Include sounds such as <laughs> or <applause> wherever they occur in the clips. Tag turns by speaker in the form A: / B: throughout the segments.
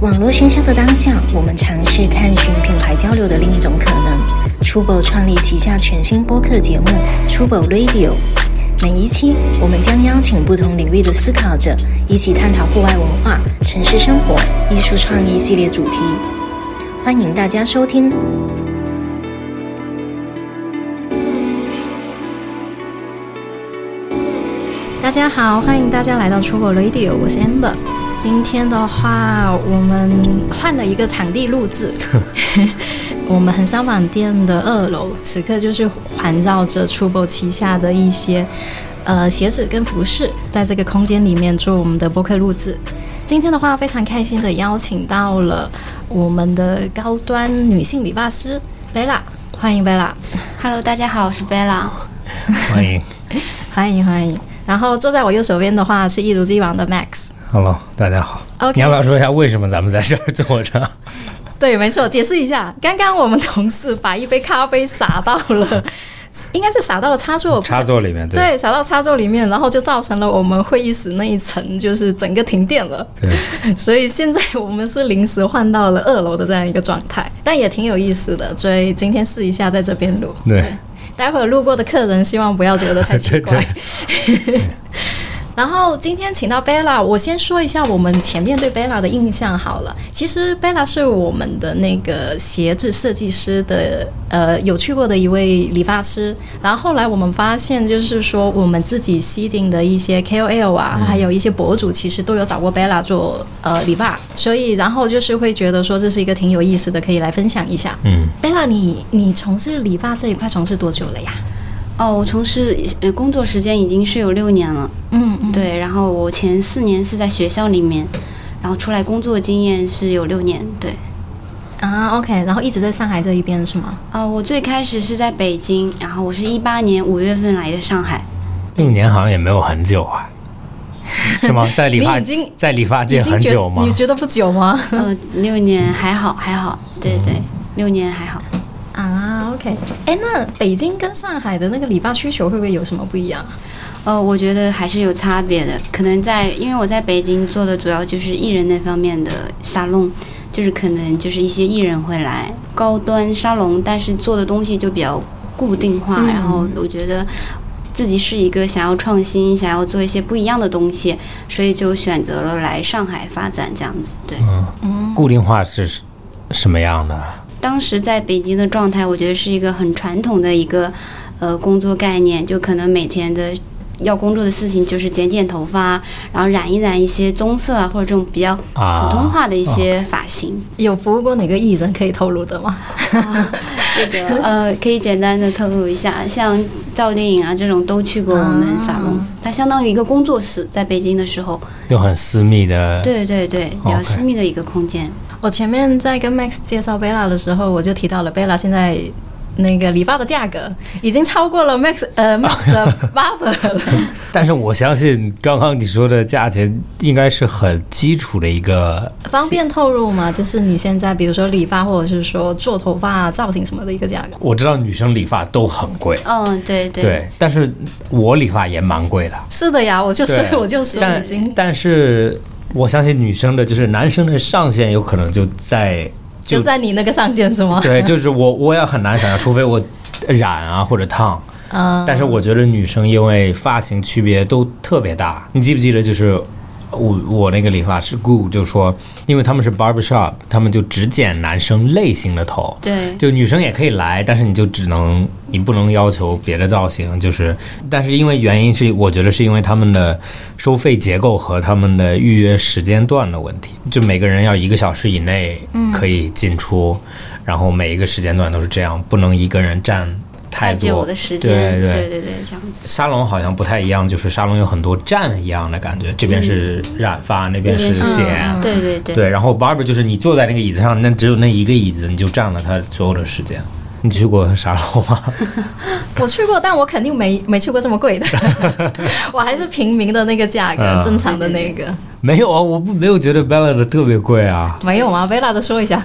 A: 网络喧嚣的当下，我们尝试探寻品牌交流的另一种可能。Trouble 创立旗下全新播客节目 Trouble Radio，每一期我们将邀请不同领域的思考者，一起探讨户外文化、城市生活、艺术创意系列主题。欢迎大家收听。大家好，欢迎大家来到 Trouble Radio，我是 Amber。今天的话，我们换了一个场地录 <laughs> 制。我们很商网店的二楼，此刻就是环绕着 Trouble 旗下的一些呃鞋子跟服饰，在这个空间里面做我们的播客录制。今天的话，非常开心的邀请到了我们的高端女性理发师 Bella，欢迎 Bella，
B: Hello，大家好，我是 Bella。
C: 欢迎
A: 欢迎欢迎。然后坐在我右手边的话是一如既往的 Max。
C: ，Hello，大家好。
A: OK
C: 你要不要说一下为什么咱们在这儿坐着？
A: 对，没错，解释一下，刚刚我们同事把一杯咖啡洒到
C: <laughs>
A: 了，应该是洒到了插座，
C: 插座里面，对
A: <laughs> 对，洒到插座里面，然后就造成了我们会议室那一层就是整个停电了，<laughs>
C: 对
A: 所以现在我们是临时换到了二楼的这样一个状态，但也挺有意思的，所以今天试一下在这边录，
C: 对
A: 待会儿路过的客人希望不要觉得太奇怪
C: <laughs> 对。
A: <laughs> 然后今天请到 Bella，我先说一下我们前面对 Bella 的印象好了。其实 Bella 是我们的那个鞋子设计师的，呃，有去过的一位理发师。然后后来我们发现，就是说我们自己吸定的一些 KOL 啊，
C: 嗯
A: 还有一些博主，其实都有找过 Bella 做呃理发，所以然后就是会觉得说这是一个挺有意思的，可以来分享一下。
C: 嗯
A: ，Bella，你你从事理发这一块从事多久了呀？
B: 哦，我从事呃工作时间已经是有六年了，
A: 嗯嗯，
B: 对。然后我前四年是在学校里面，然后出来工作经验是有六年，对。
A: 啊，OK，然后一直在上海这一边是吗？
B: 啊、我最开始是在北京，然后我是一八年五月份来的上海。
C: 六年好像也没有很久
A: <laughs>
C: 啊，是吗？在理发
A: 你已经
C: 在理发
A: 已
C: 界
A: 经
C: 很
A: 觉
C: 久吗
A: 你？觉得不久吗？
B: 呃，六年还好，还好，对对，六年还好。
A: 啊，OK，哎，那北京跟上海的那个理发需求会不会有什么不一样？啊
B: 呃，我觉得还是有差别的。可能在，因为我在北京做的主要就是艺人那方面的沙龙，就是可能就是一些艺人会来高端沙龙，但是做的东西就比较固定化。
A: 嗯
B: 然后我觉得自己是一个想要创新、想要做一些不一样的东西，所以就选择了来上海发展这样子。对，
C: 固定化是什什么样的？
B: 当时在北京的状态，我觉得是一个很传统的一个呃工作概念，就可能每天的要工作的事情就是剪剪头发，然后染一染一些棕色啊，或者这种比较
C: 啊
B: 普通话的一些发型。
A: 有服务过哪个艺人可以透露的吗？
B: 这个 <laughs> 呃，可以简单的透露一下，像赵丽颖啊这种都去过我们沙龙，它相当于一个工作室，在北京的时候，
C: 又很私密的，
B: 对对对，比较
C: OK
B: 私密的一个空间。
A: <laughs> 我前面在跟 Max 介绍 Bella 的时候，我就提到了 Bella 现在那个理发的价格已经超过了 Max
C: <laughs>
A: 呃 Max 的 barber 了。
C: 但是我相信刚刚你说的价钱应该是很基础的一个，
A: 方便透露吗？就是你现在比如说理发或者是说做头发、啊造型什么的一个价格。
C: 我知道女生理发都很贵，
B: 嗯，对对
C: 对，但是我理发也蛮贵的。
A: 是的呀，我 <laughs> 就
C: 对
A: 所以我就说
C: 但
A: 已经
C: 但是我相信女生的，就是男生的上限有可能就在
A: 就在你那个上限是吗？
C: 对，就是我我也很难想象，除非我染啊或者烫。
A: 嗯，
C: 但是我觉得女生因为发型区别都特别大，你记不记得就是。我我那个理发师顾就说，因为他们是 barber shop，他们就只剪男生类型的头，
B: 对
C: 就女生也可以来，但是你就只能你不能要求别的造型，就是，但是因为原因是，我觉得是因为他们的收费结构和他们的预约时间段的问题，就每个人要一个小时以内可以进出，
B: 嗯
C: 然后每一个时间段都是这样，不能一个人占
B: 太
C: 多
B: 久的时间，
C: 对
B: 对对，这样子。
C: 沙龙好像不太一样，就是沙龙有很多站一样的感觉，这边是染发，那边
B: 嗯那边
C: 是
B: 是嗯
C: 剪。
B: 对对对。
C: 对，然后 barber 就是你坐在那个椅子上，那只有那一个椅子，你就占了他所有的时间。你去过沙龙吗？
A: <laughs> 我去过，但我肯定没没去过这么
C: <laughs>
A: 贵的，我还是平民的那个价格，
C: 嗯
A: 正常的那个。
C: <laughs> 没有啊，我不没有觉得 Bella 的特别贵啊。
A: 没有吗？薇拉的说一下。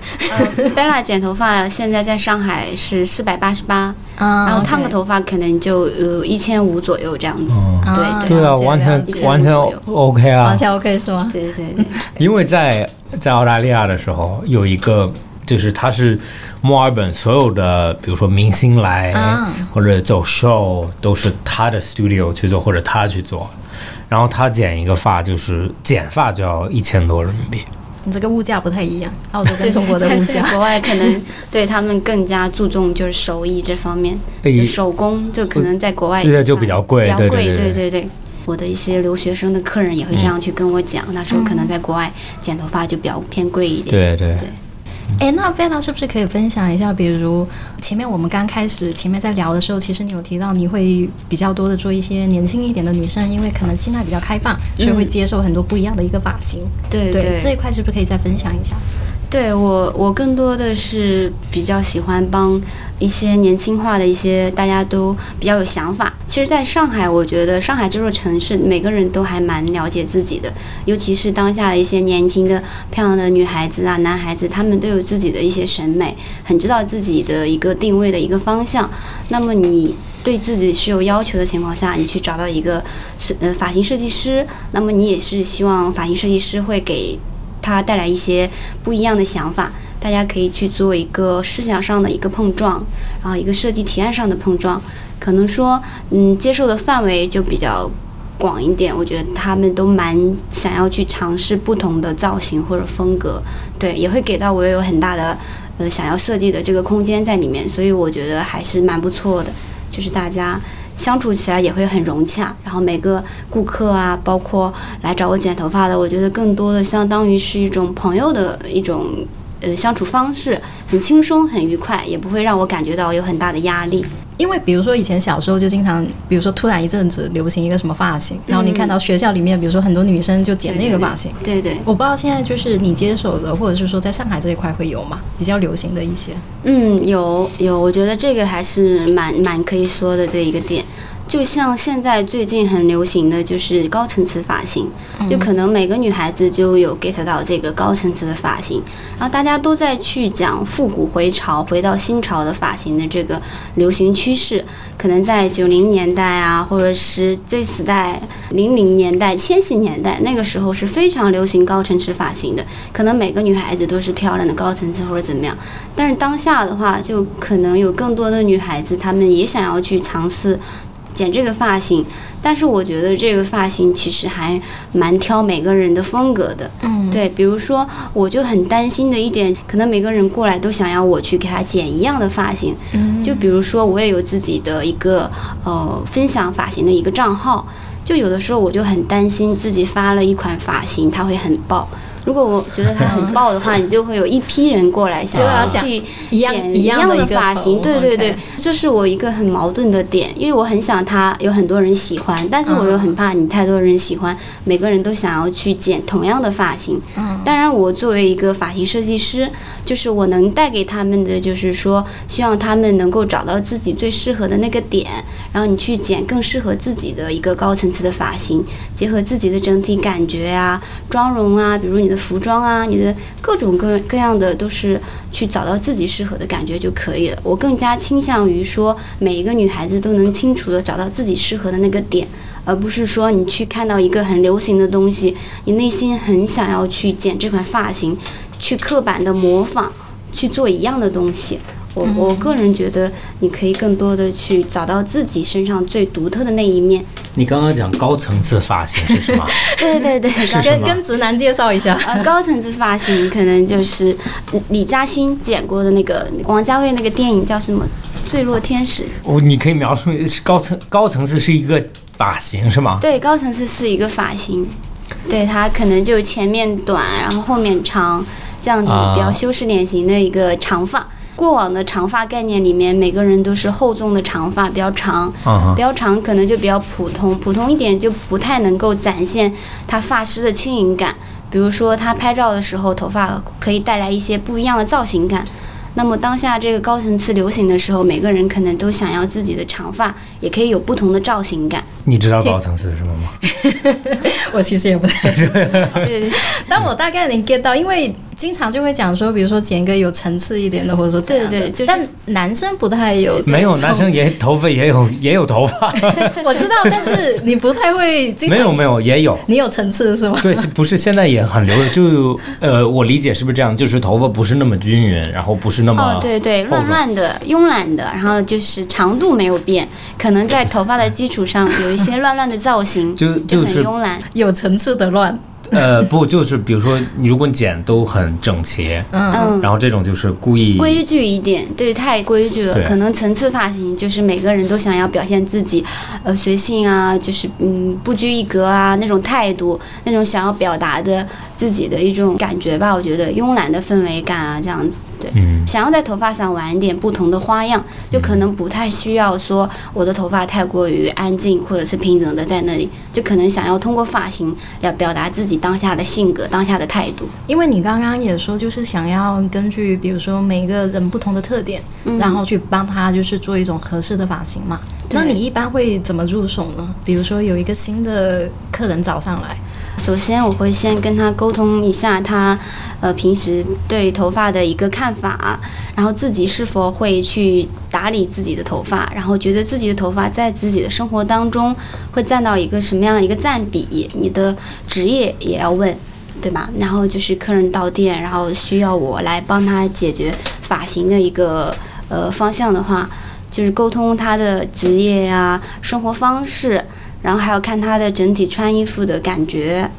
B: Bella 剪头发现在在上海是四百八十八，
A: 啊
B: 然后烫个。头发可能就呃一千五左右这样子。
C: 嗯
B: 对
A: 啊
B: 对
C: 对啊，
A: 了解
C: 完
A: 了
C: 全
A: 解
C: 完全
B: 了解
C: OK 啊
A: 完，全 OK 是吗？
B: 对对对，
C: 因为在在澳大利亚的时候，有一个就是他是墨尔本所有的，比如说明星来、
A: 啊
C: 或者走 show 都是他的 studio 去做，或者他去做。然后他剪一个发，就是剪发就要一千多人民币。
A: 你这个物价不太一样，澳洲跟中国的
B: 在
A: 物
B: 在
A: 价。
B: 国外可能对他们更加注重就是手艺这方面，
C: 哎
B: 就手工就可能在国外
C: 对就比较贵
B: 比较
C: 对对
B: 贵，
C: 对嗯
B: 对对。我的一些留学生的客人也会这样去跟我讲，那时候可能在国外剪头发就比较偏贵一点。
C: 对对
B: 对
A: <laughs> 哎，那贝拉是不是可以分享一下？比如前面我们刚开始前面在聊的时候，其实你有提到你会比较多的做一些年轻一点的女生，因为可能心态比较开放，所以
C: 嗯
A: 会接受很多不一样的一个发型。
B: 对
A: 对这一块是不是可以再分享一下？
B: 对我，我更多的是比较喜欢帮一些年轻化的一些大家都比较有想法。其实，在上海，我觉得上海这座城市，每个人都还蛮了解自己的，尤其是当下的一些年轻的、漂亮的女孩子啊、男孩子，他们都有自己的一些审美，很知道自己的一个定位的一个方向。那么你。对自己是有要求的情况下，你去找到一个是呃发型设计师，那么你也是希望发型设计师会给他带来一些不一样的想法，大家可以去做一个思想上的一个碰撞，然后一个设计体验上的碰撞，可能说，嗯，接受的范围就比较广一点。我觉得他们都蛮想要去尝试不同的造型或者风格，对，也会给到我有很大的呃想要设计的这个空间在里面，所以我觉得还是蛮不错的，就是大家。相处起来也会很融洽，然后每个顾客啊，包括来找我剪头发的，我觉得更多的相当于是一种朋友的一种呃相处方式，很轻松，很愉快，也不会让我感觉到有很大的压力。
A: 因为比如说以前小时候就经常，比如说突然一阵子流行一个什么发型，然后你看到学校里面，比如说很多女生就剪那个发型。
B: 嗯对对，
A: 我不知道现在就是你接手的，或者是说在上海这一块会有吗？比较流行的一些。
B: 嗯，有有，我觉得这个还是蛮蛮可以说的这一个点。就像现在最近很流行的就是高层次发型，就可能每个女孩子就有 get 到这个高层次的发型，然后大家都在去讲复古回潮，回到新潮的发型的这个流行趋势，可能在九零年代啊，或者是 Z 时代、零零年代、千禧年代那个时候是非常流行高层次发型的，可能每个女孩子都是漂亮的高层次或者怎么样。但是当下的话，就可能有更多的女孩子，她们也想要去尝试剪这个发型。但是我觉得这个发型其实还蛮挑每个人的风格的。
A: 嗯，
B: 对，比如说，我就很担心的一点，可能每个人过来都想要我去给他剪一样的发型。
A: 嗯
B: 就比如说，我也有自己的一个呃分享发型的一个账号，就有的时候我就很担心自己发了一款发型，它会很爆。如果我觉得它很爆的话，你就会有一批人过来想
A: 嗯就要
B: 要
A: 想
B: 去
A: 一样
B: 剪
A: 一样的
B: 的
A: 一个
B: 发型，
A: 头
B: 对对对
A: OK，
B: 这是我一个很矛盾的点，因为我很想它有很多人喜欢，但是我又
A: 嗯
B: 很怕你太多人喜欢，每个人都想要去剪同样的发型。
A: 嗯
B: 当然，我作为一个发型设计师，就是我能带给他们的，就是说，希望他们能够找到自己最适合的那个点，然后你去剪更适合自己的一个高层次的发型，结合自己的整体感觉啊、妆容啊，比如你的服装啊、你的各种各各样的，都是去找到自己适合的感觉就可以了。我更加倾向于说，每一个女孩子都能清楚的找到自己适合的那个点。而不是说你去看到一个很流行的东西，你内心很想要去剪这款发型，去刻板的模仿，去做一样的东西。我我个人觉得，你可以更多的去找到自己身上最独特的那一面。
C: 你刚刚讲高层次发型是什么？
B: 对对对，高
C: 是
A: 跟
C: 吗
A: 跟直男介绍一下。
B: <laughs>
A: <laughs>
B: 呃高层次发型可能就是李嘉欣剪过的那个王家卫那个电影叫什么《坠落天使》。
C: 我你可以描述是高层高层次是一个发型是吗？
B: 对，高层次是一个发型，对它可能就前面短，然后后面长，这样子
C: 啊
B: 比较修饰脸型的一个长发。过往的长发概念里面，每个人都是厚重的长发，比较长，
C: 嗯哼
B: 比较长可能就比较普通，普通一点就不太能够展现他发丝的轻盈感。比如说他拍照的时候，头发可以带来一些不一样的造型感。那么当下这个高层次流行的时候，每个人可能都想要自己的长发也可以有不同的造型感。
C: 你知道高层次是什么吗？
A: 我其实也不太，
B: 对对对。嗯
A: 但我大概能 get 到，因为经常就会讲说，比如说剪一个有层次一点的，或者说怎样的
B: 对对就是
A: 但男生不太有这种，
C: 没有男生也头发也有也有头发，
A: 我知道，但是你不太会经常
C: 没有没有也有。
A: 你有层次是吗？
C: 对，是不是现在也很流行，就呃，我理解是不是这样？就是头发不是那么均匀，然后不是那么、
B: 哦，对对，
C: 厚
B: 乱
C: 重
B: 乱的、慵懒的，然后就是长度没有变，可能在头发的基础上有一些乱乱的造型，
C: <laughs> 就
B: 就
C: 就是
B: 很慵懒。
A: 有层次的乱，
C: 呃，不就是比如说，你如果你剪都很整齐，
A: 嗯，
B: 嗯，
C: 然后这种就是故意
B: 规矩一点，对，太规矩了
C: 对。
B: 可能层次发型就是每个人都想要表现自己，呃，随性啊，就是嗯，不拘一格啊，那种态度，那种想要表达的自己的一种感觉吧。我觉得慵懒的氛围感啊，这样子，对。
C: 嗯，
B: 想要在头发上玩一点不同的花样，就可能不太需要说我的头发太过于安静或者是平整的在那里，就可能想要通过发型来表达自己当下的性格、当下的态度。
A: 因为你刚刚也说，就是想要根据比如说每个人不同的特点，
B: 嗯
A: 然后去帮他就是做一种合适的发型嘛。
B: 对
A: 那你一般会怎么入手呢？比如说有一个新的客人找上来，
B: 首先，我会先跟他沟通一下他，呃，平时对头发的一个看法，然后自己是否会去打理自己的头发，然后觉得自己的头发在自己的生活当中会占到一个什么样的一个占比，你的职业也要问，对吧？然后就是客人到店，然后需要我来帮他解决发型的一个呃方向的话，就是沟通他的职业呀、生活方式，然后还有看他的整体穿衣服的感觉，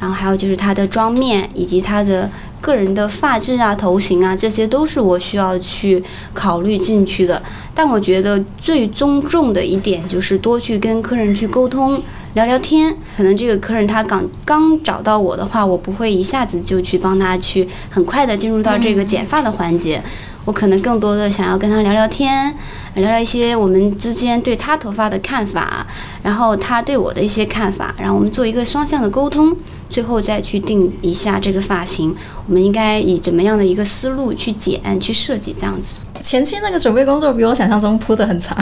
B: 然后还有就是他的妆面以及他的个人的发质啊、头型啊，这些都是我需要去考虑进去的。但我觉得最尊重的一点就是多去跟客人去沟通。聊聊天，可能这个客人他刚刚找到我的话，我不会一下子就去帮他去很快的进入到这个剪发的环节，我可能更多的想要跟他聊聊天，聊聊一些我们之间对他头发的看法，然后他对我的一些看法，然后我们做一个双向的沟通，最后再去定一下这个发型，我们应该以怎么样的一个思路去剪、去设计这样子。
A: 前期那个准备工作比我想象中铺的很长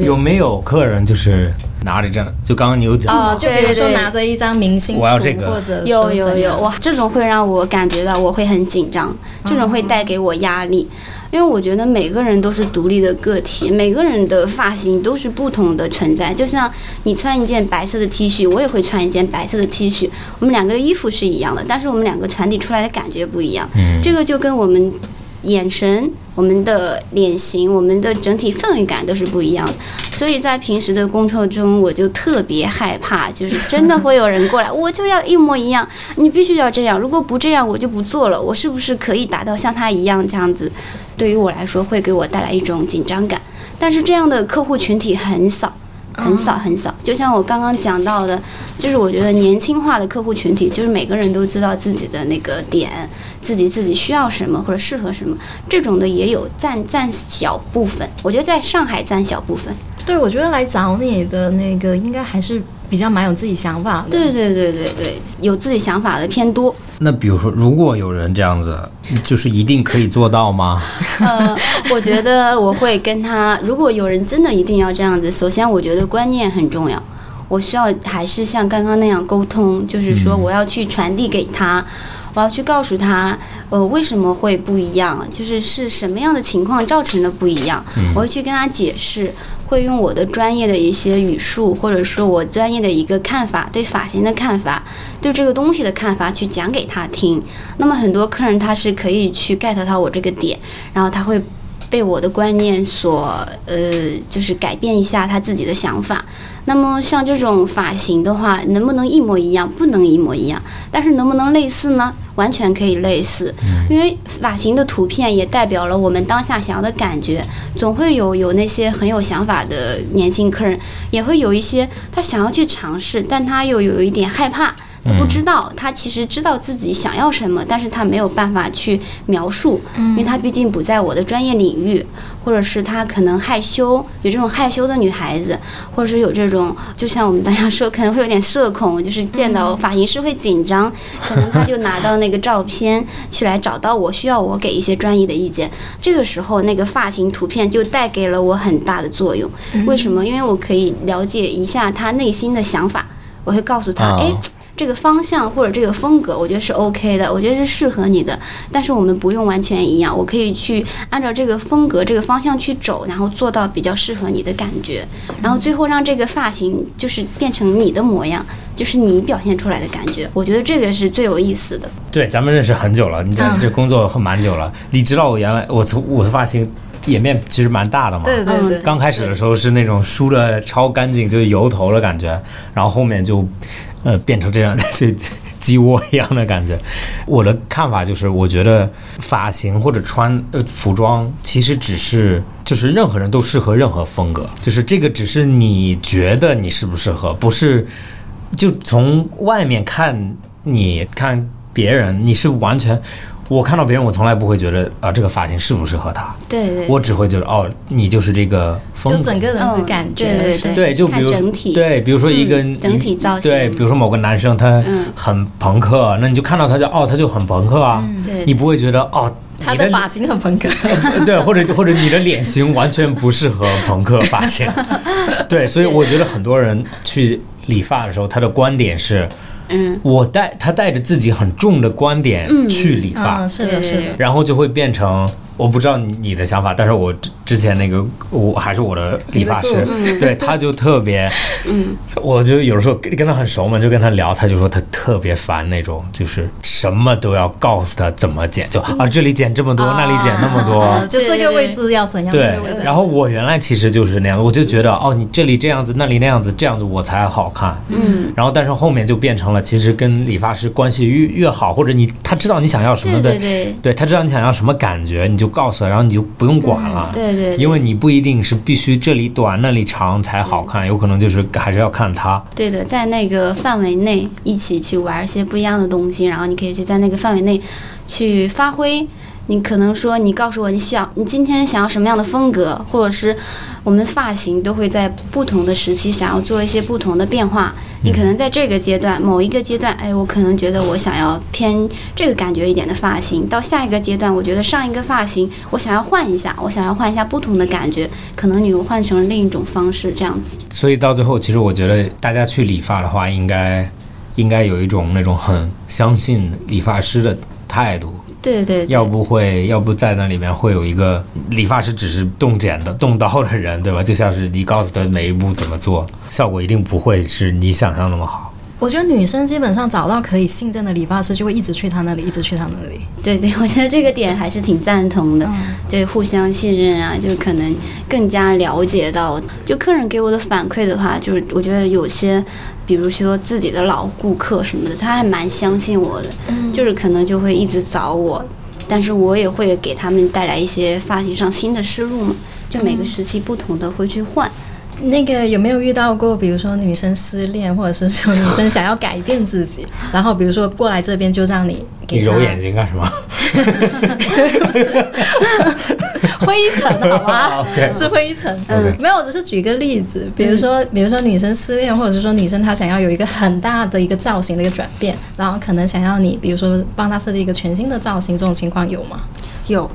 C: 有没有客人就是拿着这样？就刚刚你有
A: <laughs>
C: 讲
A: 哦，就比如说
B: 对对
A: 拿着一张明星图，
C: 我要这个
A: 或者说
B: 有有
A: 怎样
B: 有，，哇，这种会让我感觉到我会很紧张，这种会带给我压力，因为我觉得每个人都是独立的个体，每个人的发型都是不同的存在。就像你穿一件白色的 T 恤，我也会穿一件白色的 T 恤，我们两个衣服是一样的，但是我们两个传递出来的感觉不一样。
C: 嗯
B: 这个就跟我们眼神、我们的脸型、我们的整体氛围感都是不一样的。所以在平时的工作中，我就特别害怕，就是真的会有人过来， <laughs> 我就要一模一样，你必须要这样，如果不这样，我就不做了。我是不是可以达到像他一样这样子？对于我来说，会给我带来一种紧张感。但是这样的客户群体很少。很少很少，就像我刚刚讲到的，就是我觉得年轻化的客户群体，就是每个人都知道自己的那个点，自己自己需要什么或者适合什么，这种的也有占占小部分。我觉得在上海占小部分。
A: 对我觉得来找你的那个应该还是比较蛮有自己想法的。
B: 对对对对对，有自己想法的偏多。
C: 那比如说，如果有人这样子，就是一定可以做到吗？
B: 呃， <laughs> 我觉得我会跟他，如果有人真的一定要这样子，首先我觉得观念很重要。我需要还是像刚刚那样沟通，就是说我要去传递给他，我要去告诉他，呃，为什么会不一样，就是是什么样的情况造成了不一样，嗯我会去跟他解释，会用我的专业的一些语速，或者说我专业的一个看法，对发型的看法，对这个东西的看法去讲给他听。那么很多客人他是可以去 get 到我这个点，然后他会被我的观念所呃，就是改变一下他自己的想法。那么像这种发型的话，能不能一模一样？不能一模一样，但是能不能类似呢？完全可以类似，因为发型的图片也代表了我们当下想要的感觉。总会有有那些很有想法的年轻客人，也会有一些他想要去尝试，但他又有一点害怕。他不知道，他其实知道自己想要什么，但是他没有办法去描述，因为他毕竟不在我的专业领域，或者是他可能害羞，有这种害羞的女孩子，或者是有这种，就像我们大家说，可能会有点社恐，就是见到发型师会紧张，可能他就拿到那个照片去来找到我，需要我给一些专业的意见。这个时候，那个发型图片就带给了我很大的作用。为什么？因为我可以了解一下他内心的想法，我会告诉他，
C: 啊
B: 哎、这个方向或者这个风格，我觉得是 OK 的，我觉得是适合你的。但是我们不用完全一样，我可以去按照这个风格、这个方向去走，然后做到比较适合你的感觉，然后最后让这个发型就是变成你的模样，就是你表现出来的感觉。我觉得这个是最有意思的。
C: 对，咱们认识很久了，你在
A: 嗯
C: 这工作很蛮久了。你知道我原来我从我的发型颜面其实蛮大的嘛，
A: 对对对，
C: 刚开始的时候是那种梳的超干净，就是油头的感觉，然后后面就，呃，变成这样， <laughs> 这鸡窝一样的感觉。我的看法就是，我觉得发型或者穿呃服装，其实只是就是任何人都适合任何风格，就是这个只是你觉得你适不适合，不是就从外面看你看别人，你是完全。我看到别人，我从来不会觉得啊、这个发型适不适合他。
B: 对对
C: 我只会觉得哦，你就是这个风
A: 就
C: 格，
A: 整个人的
B: 嗯
A: 感觉
B: 对对
A: 是
B: 对
C: 对，就比
B: 看
C: 如
B: 整体
C: 对，比如说一个、
B: 嗯整体造型
C: 对，比如说某个男生他
B: 嗯
C: 很朋克，那你就看到他就哦，他就很朋克啊，
B: 嗯对对
C: 你不会觉得哦，
A: 他
C: 你的
A: 的发型很朋克，
C: <laughs> 对，或者或者你的脸型完全不适合朋克发
B: <laughs>
C: 型，对，所以我觉得很多人去理发的时候，他的观点是
B: 嗯，
C: 我带他带着自己很重的观点去理发，
A: 嗯，是的，是的
B: 对，
C: 然后就会变成我不知道你的想法，但是我之之前那个我还是我的理发师，对他就特别， <laughs> 嗯，我就有时候跟跟他很熟嘛，就跟他聊，他就说他特别烦那种，就是什么都要告诉他怎么剪，就啊这里剪这么多，那里剪那么多， <laughs>
A: 啊就这
B: 对
A: 个
B: 对
A: 位置要怎样，那
C: 对
A: 个位置，
C: 然后我原来其实就是那样的，我就觉得哦，你这里这样子，那里那样子，这样子我才好看。嗯，然后但是后面就变成了，其实跟理发师关系越越好，或者你他知道你想要什么
B: 对
C: 的，
B: 对对
C: 他知道你想要什么感觉，你就告诉他，然后你就不用管了。
B: 嗯对对对
C: 因为你不一定是必须这里短那里长才好
B: 嗯
C: 看，有可能就是还是要看他。
B: 对的，在那个范围内一起去玩一些不一样的东西，然后你可以去在那个范围内去发挥。你可能说，你告诉我你想你今天想要什么样的风格，或者是我们发型都会在不同的时期想要做一些不同的变化。你可能在这个阶段某一个阶段，哎，我可能觉得我想要偏这个感觉一点的发型，到下一个阶段，我觉得上一个发型我想要换一下，我想要换一下不同的感觉，可能你又换成另一种方式这样子。
C: 所以到最后，其实我觉得大家去理发的话，应该应该有一种那种很相信理发师的态度。
B: 对对对，
C: 要不会，要不在那里面会有一个理发师只是动剪的、动刀的人，对吧？就像是你告诉他每一步怎么做，效果一定不会是你想象那么好。
A: 我觉得女生基本上找到可以信任的理发师，就会一直去他那里，一直去他那里。
B: 对 <laughs> 对，我觉得这个点还是挺赞同的，
A: 嗯
B: 对，互相信任啊，就可能更加了解到，就客人给我的反馈的话，就是我觉得有些，比如说自己的老顾客什么的，他还蛮相信我的，就是可能就会一直找我，但是我也会给他们带来一些发型上新的思路嘛，就每个时期不同的会去换，
A: 那个有没有遇到过，比如说女生失恋，或者是说女生想要改变自
C: <laughs>
A: 己，然后比如说过来这边就让你
C: 你
A: 给她
C: 揉眼睛干什么？
A: 灰尘，好
C: <laughs>
A: 吗？
C: 啊 OK
A: 是灰尘。嗯
C: OK
A: 没有，我只是举个例子，比如说，比如说女生失恋，或者是说女生她想要有一个很大的一个造型的一个转变，然后可能想要你，比如说帮她设计一个全新的造型，这种情况有吗？
B: 有。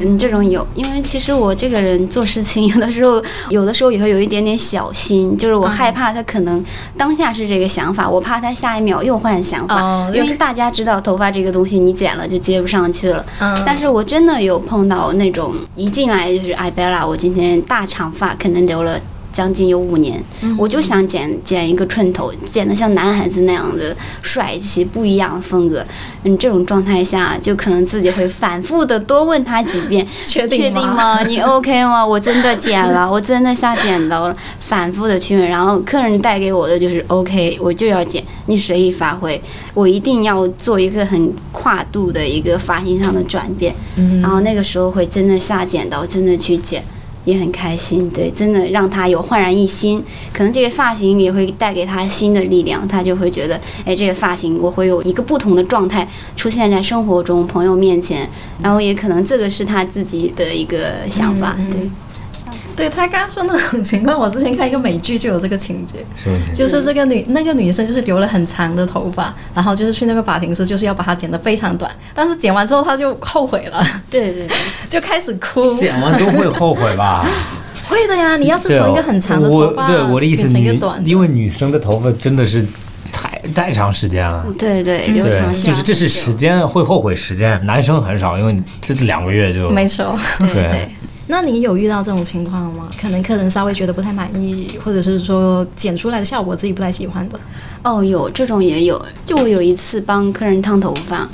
B: 嗯，这种有，因为其实我这个人做事情 <laughs> 有的时候，有的时候也会有一点点小心，就是
A: 嗯
B: 我害怕他可能当下是这个想法，我怕他下一秒又换想法，
A: 哦
B: 因
A: 又
B: 为大家知道头发这个东西你剪了就接不上去了。
A: 嗯
B: 但是我真的有碰到那种一进来就是艾贝拉，我今天大长发可能留了。将近有五年，我就想剪剪一个寸头，剪得像男孩子那样的帅气不一样的风格。嗯，这种状态下，就可能自己会反复的多问他几遍，
A: <laughs> 确
B: 确
A: 定
B: 定
A: 吗
B: 吗？你 OK 吗？我真的剪了，我真的下剪刀了，反复的去问，然后客人带给我的就是 OK，我就要剪，你随意发挥，我一定要做一个很跨度的一个发型上的转变，
A: 嗯
B: 然后那个时候会真的下剪刀，真的去剪。也很开心，对，真的让他有焕然一新，可能这个发型也会带给他新的力量，他就会觉得，哎，这个发型我会有一个不同的状态出现在生活中、朋友面前，然后也可能这个是他自己的一个想法，
A: 嗯嗯
B: 对，
A: 对他刚刚说那种情况，我之前看一个美剧就有这个情节，
C: 是不是？
A: 就是这个女那个女生就是留了很长的头发，然后就是去那个发型师，就是要把它剪得非常短，但是剪完之后她就后悔了， <laughs>
B: 对对对，
A: 就开始哭。
C: 剪完都会后悔吧？
A: 会的呀，你要是
C: 对
A: 从
C: 哦
A: 一个很长的
C: 我
A: 头发
C: 对我的意思，
A: 变成一个
C: 女
A: 短的，
C: 因为女生的头发真的是太太长时间了。
B: 对对，
A: 嗯
B: 留长
C: 对，
B: 下
C: 就是这是时间会后悔时间，男生很少，因为你这两个月就
A: 没错。
B: 对
C: 对
B: 对，
A: 那你有遇到这种情况吗？可能客人稍微觉得不太满意，或者是说剪出来的效果自己不太喜欢的。
B: 哦，有这种也有。就我有一次帮客人烫头发，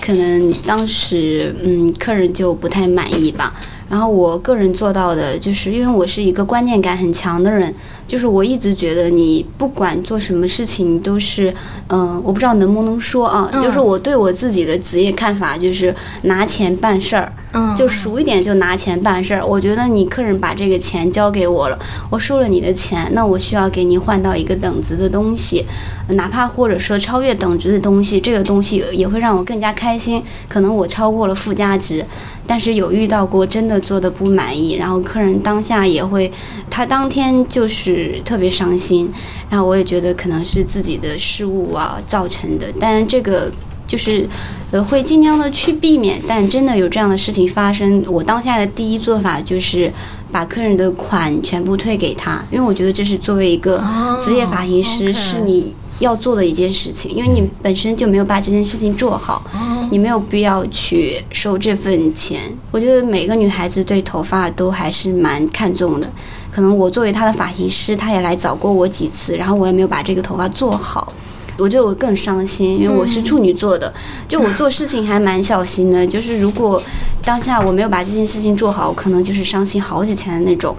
B: 可能当时嗯客人就不太满意吧。然后我个人做到的就是，因为我是一个观念感很强的人，就是我一直觉得你不管做什么事情都是，嗯、我不知道能不能说啊，
A: 嗯
B: 就是我对我自己的职业看法就是拿钱办事儿，
A: 嗯
B: 就熟一点就拿钱办事儿。我觉得你客人把这个钱交给我了，我收了你的钱，那我需要给你换到一个等值的东西，哪怕或者说超越等值的东西，这个东西也会让我更加开心。可能我超过了附加值，但是有遇到过真的做的不满意，然后客人当下也会，他当天就是特别伤心。然后我也觉得可能是自己的失误啊造成的，但这个就是呃会尽量的去避免，但真的有这样的事情发生，我当下的第一做法就是把客人的款全部退给他，因为我觉得这是作为一个
A: 哦
B: 职业发型师
A: OK
B: 是你要做的一件事情，因为你本身就没有把这件事情做好，
A: 哦
B: 你没有必要去收这份钱。我觉得每个女孩子对头发都还是蛮看重的，可能我作为她的发型师，她也来找过我几次，然后我也没有把这个头发做好。我觉得我更伤心，因为我是处女座的，就我做事情还蛮小心的。就是如果当下我没有把这件事情做好，我可能就是伤心好几千的那种。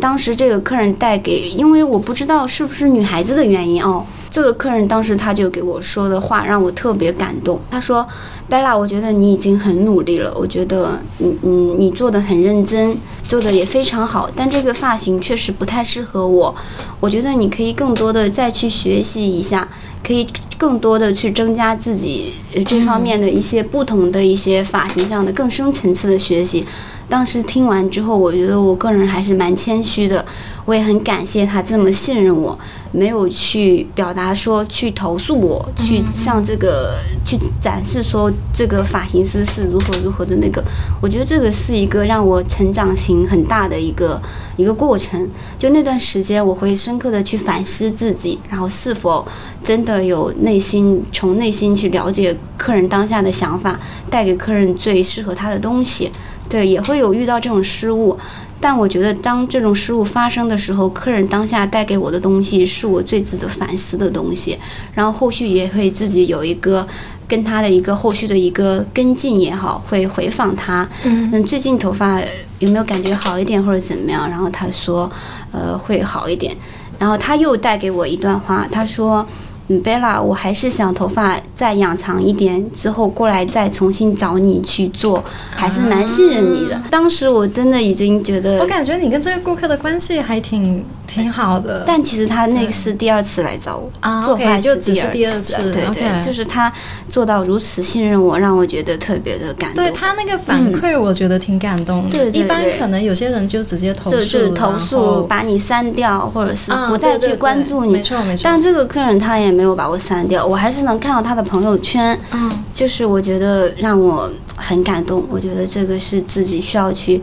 B: 当时这个客人带给，因为我不知道是不是女孩子的原因哦，这个客人当时他就给我说的话让我特别感动。他说：“Bella，我觉得你已经很努力了，我觉得你你你做的很认真，做的也非常好，但这个发型确实不太适合我。我觉得你可以更多的再去学习一下，可以更多的去增加自己呃这方面的一些不同的一些发型上的更深层次的学习。当时听完之后，我觉得我个人还是蛮谦虚的，我也很感谢他这么信任我，没有去表达说去投诉我，去向这个去展示说这个发型师是如何如何的那个。我觉得这个是一个让我成长型很大的一个一个过程。就那段时间，我会深刻的去反思自己，然后是否真的有内心从内心去了解客人当下的想法，带给客人最适合他的东西。对，也会有遇到这种失误，但我觉得当这种失误发生的时候，客人当下带给我的东西是我最值得反思的东西，然后后续也会自己有一个跟他的一个后续的一个跟进也好，会回访他，
A: 嗯
B: 嗯，最近头发有没有感觉好一点或者怎么样？然后他说，呃，会好一点。然后他又带给我一段话，他说，嗯，Bella，我还是想头发再养长一点，之后过来再重新找你去做，还是蛮信任你的。当时我真的已经觉
A: 嗯
B: 得
A: 我，感觉你跟这个顾客的关系还挺挺好的。
B: 但其实他那是第二次来找我。
A: 啊
B: 做
A: ，OK，
B: 坏
A: 就
B: 事
A: 只是第二
B: 次
A: 次
B: 了，对对，
A: OK
B: 就是他做到如此信任我，让我觉得特别的感动。
A: 对他那个反馈，我觉得挺感动的。
B: 嗯对对
A: 一般
B: 对
A: 可能有些人就直接投
B: 就
A: 诉，
B: 是投
A: 然
B: 诉
A: 后
B: 把你删掉，或者是
A: 啊
B: 不再
A: 对对
B: 去
A: 对
B: 关注你。
A: 没错没错。
B: 但这个客人他也没有把我删掉，我还是能看到他的朋友圈，
A: 嗯，
B: 就是我觉得让我很感动。我觉得这个是自己需要去，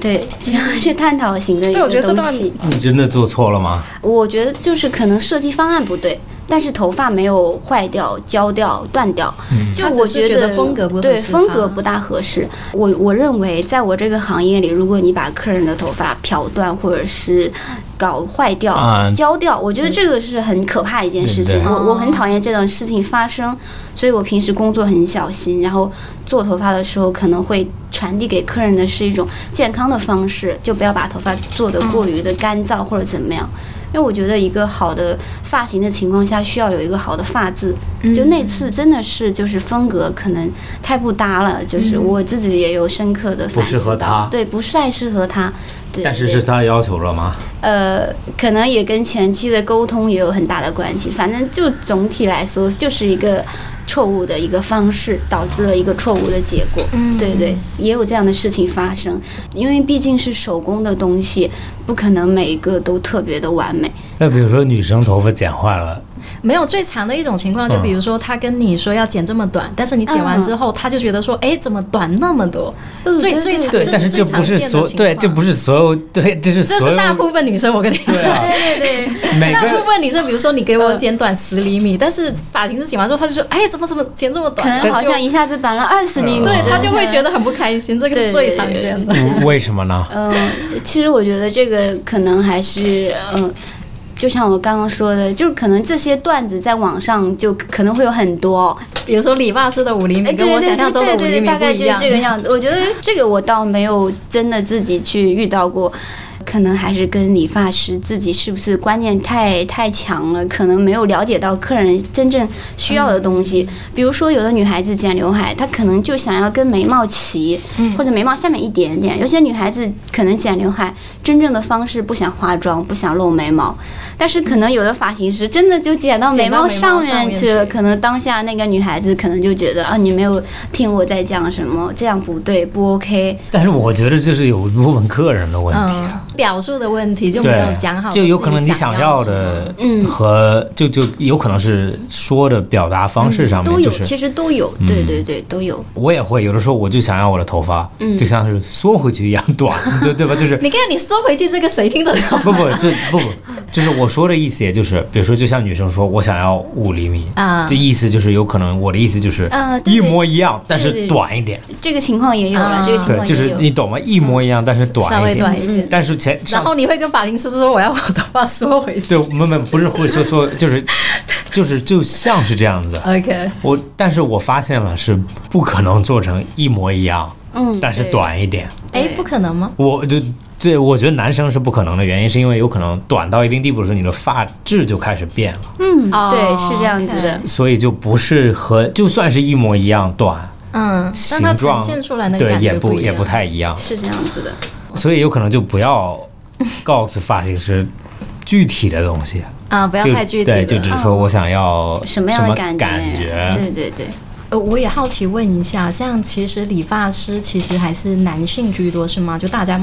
B: 对，需
A: <laughs>
B: 要去探讨型的一
A: 啊对我觉
B: 个
A: 得这
B: 东
A: 段
B: 西。
C: 你真的做错了吗？
B: 我觉得就是可能设计方案不对，但是头发没有坏掉、焦掉、断掉，
C: 嗯
B: 就
A: 他只
B: 我
A: 是觉
B: 得
A: 得风格不合
B: 对
A: 适
B: 风
A: 他
B: 格不大合适。我我认为，在我这个行业里，如果你把客人的头发漂断或者是搞坏掉、
C: 啊
B: 焦掉，我
A: 嗯
B: 觉得这个是很可怕的一件事情。
C: 对对
B: 我我
A: 哦
B: 很讨厌这种事情发生，所以我平时工作很小心，然后做头发的时候可能会传递给客人的是一种健康的方式，就不要把头发做
A: 嗯
B: 得过于的干燥或者怎么样。因为我觉得一个好的发型的情况下，需要有一个好的发质。就那次真的是就是风格可能太不搭了，就是我自己也有深刻的
C: 不
B: 反
C: 适
B: 思
C: 合
B: 到
C: 他，
B: 对，不太适合他。对，
C: 但是
B: 对
C: 是他要求了吗？
B: 呃，可能也跟前期的沟通也有很大的关系。反正就总体来说，就是一个错误的一个方式，导致了一个错误的结果。
A: 嗯
B: 对对，也有这样的事情发生。因为毕竟是手工的东西，不可能每一个都特别的完美。
C: 那比如说女生头发剪坏了，
A: 没有最长的一种情
C: 嗯
A: 况，就比如说他跟你说要剪这么短，但是你剪完之后，他就觉得说，哎，怎么短那么多？最最常
C: 嗯对，
A: 这
C: 但
A: 是
C: 是
A: 最
C: 这
A: 常
C: 不
A: 见
C: 是
A: 的
C: 所
A: 情
C: 对，
A: 况
C: 这不是所有对，这是
A: 这
C: 所
A: 是
C: 有
A: 大部分女生，我跟你讲。
C: 对啊
B: 对对对，
C: 每
A: <laughs> 大部
C: 个
A: 分女生，比如说你给我剪短十厘
B: 嗯
A: 米，但是发型师剪完之后，他就说：“哎，怎么怎么剪这么
B: 可
A: 短啊
B: 能好像一下子短了二十厘米。
C: 嗯
A: 对，他就会觉得很不开心，这个是最常见的。
C: 为什么呢？
B: 嗯，其实我觉得这个可能还是嗯。就像我刚刚说的，就是可能这些段子在网上就可能会有很多，
A: 比如说理发师的五厘
B: 哎
A: 米跟我想象中的五厘
B: 对对对对对
A: 米
B: 大
A: 不
B: 概
A: 一
B: 就是
A: 样，
B: 这个样子。我觉得这个我倒没有真的自己去遇到过，可能还是跟理发师自己是不是观念太太强了，可能没有了解到客人真正需要的东
A: 嗯
B: 西。比如说，有的女孩子剪刘海，她可能就想要跟眉毛齐，或者眉毛下面一点点。有些女孩子可能剪刘海，真正的方式不想化妆，不想露眉毛，但是可能有的发型师真的就剪到眉
A: 剪到
B: 毛
A: 眉毛上
B: 上
A: 面
B: 面去了，
A: 去
B: 可能当下那个女孩子可能就觉得啊，你没有听我在讲什么，这样不对，不 OK。
C: 但是我觉得这是有一部分个人的问题啊。
A: 嗯，表述的问题就没有
C: 对，
A: 讲好，
C: 就有可能你
A: 想
C: 要
A: 的
C: 的
B: 嗯
C: 和就就有可能是说的表达方式上
B: 都
C: 面，
B: 有，
C: 就是嗯
B: 其实都有，对对对，都有。
C: 我也会有的时候我就想要我的头发，就像是缩回去一样短，对对吧？就是
A: 什么。你看你收回去这个谁听得懂
C: 不不，就不不，就是我说的意思，也就是比如说，就像女生说我想要五厘米，
A: 啊
C: 这意思就是有可能我的意思就是
B: 啊对
C: 一模一样，但
B: 对
C: 是
B: 对
C: 短一点，
B: 这个情况也有了
A: 啊，
B: 这个情
C: 对，
B: 况
C: 就
B: 也
C: 是
B: 有。
C: 你懂吗？一模一样，但是
A: <laughs> 稍
C: 短
A: 微
C: 一嗯
A: 短
C: 点。
A: 一点？
C: 但是前
A: 然
C: 上
A: 后你会跟发型师说我要我头发缩回去。
C: 对，没没不是会说说，就是就是就像是这样子，
A: OK，
C: 我，但是我发现了是不可能做成一模一样，
B: 嗯，
C: 但是
B: 对
C: 短一点。
A: 哎
B: 对，
A: 不可能吗？
C: 我就这，我觉得男生是不可能的原因，是因为有可能短到一定地步的时候，你的发质就开始变了，
B: 嗯，
A: 哦
B: 对，是这样子的。
C: 所以就不是和就算是一模一样短，
A: 嗯，但它
C: 形
A: 呈
C: 状
A: 现出来那个
C: 对
A: 感
C: 也
A: 觉
C: 不
A: 一
C: 也
A: 样
C: 不。太一样，
B: 是这样子的，
C: 所以有可能就不要告诉发型师具体的东西，
A: 啊，不要
C: 就
A: 太具体嗯
C: 对，
A: 了。
C: 就只说我想要
B: 什么样的
C: 感
B: 感对对对，
A: 呃，我也好奇问一下，像其实理发师其实还是男性居多是吗？就大家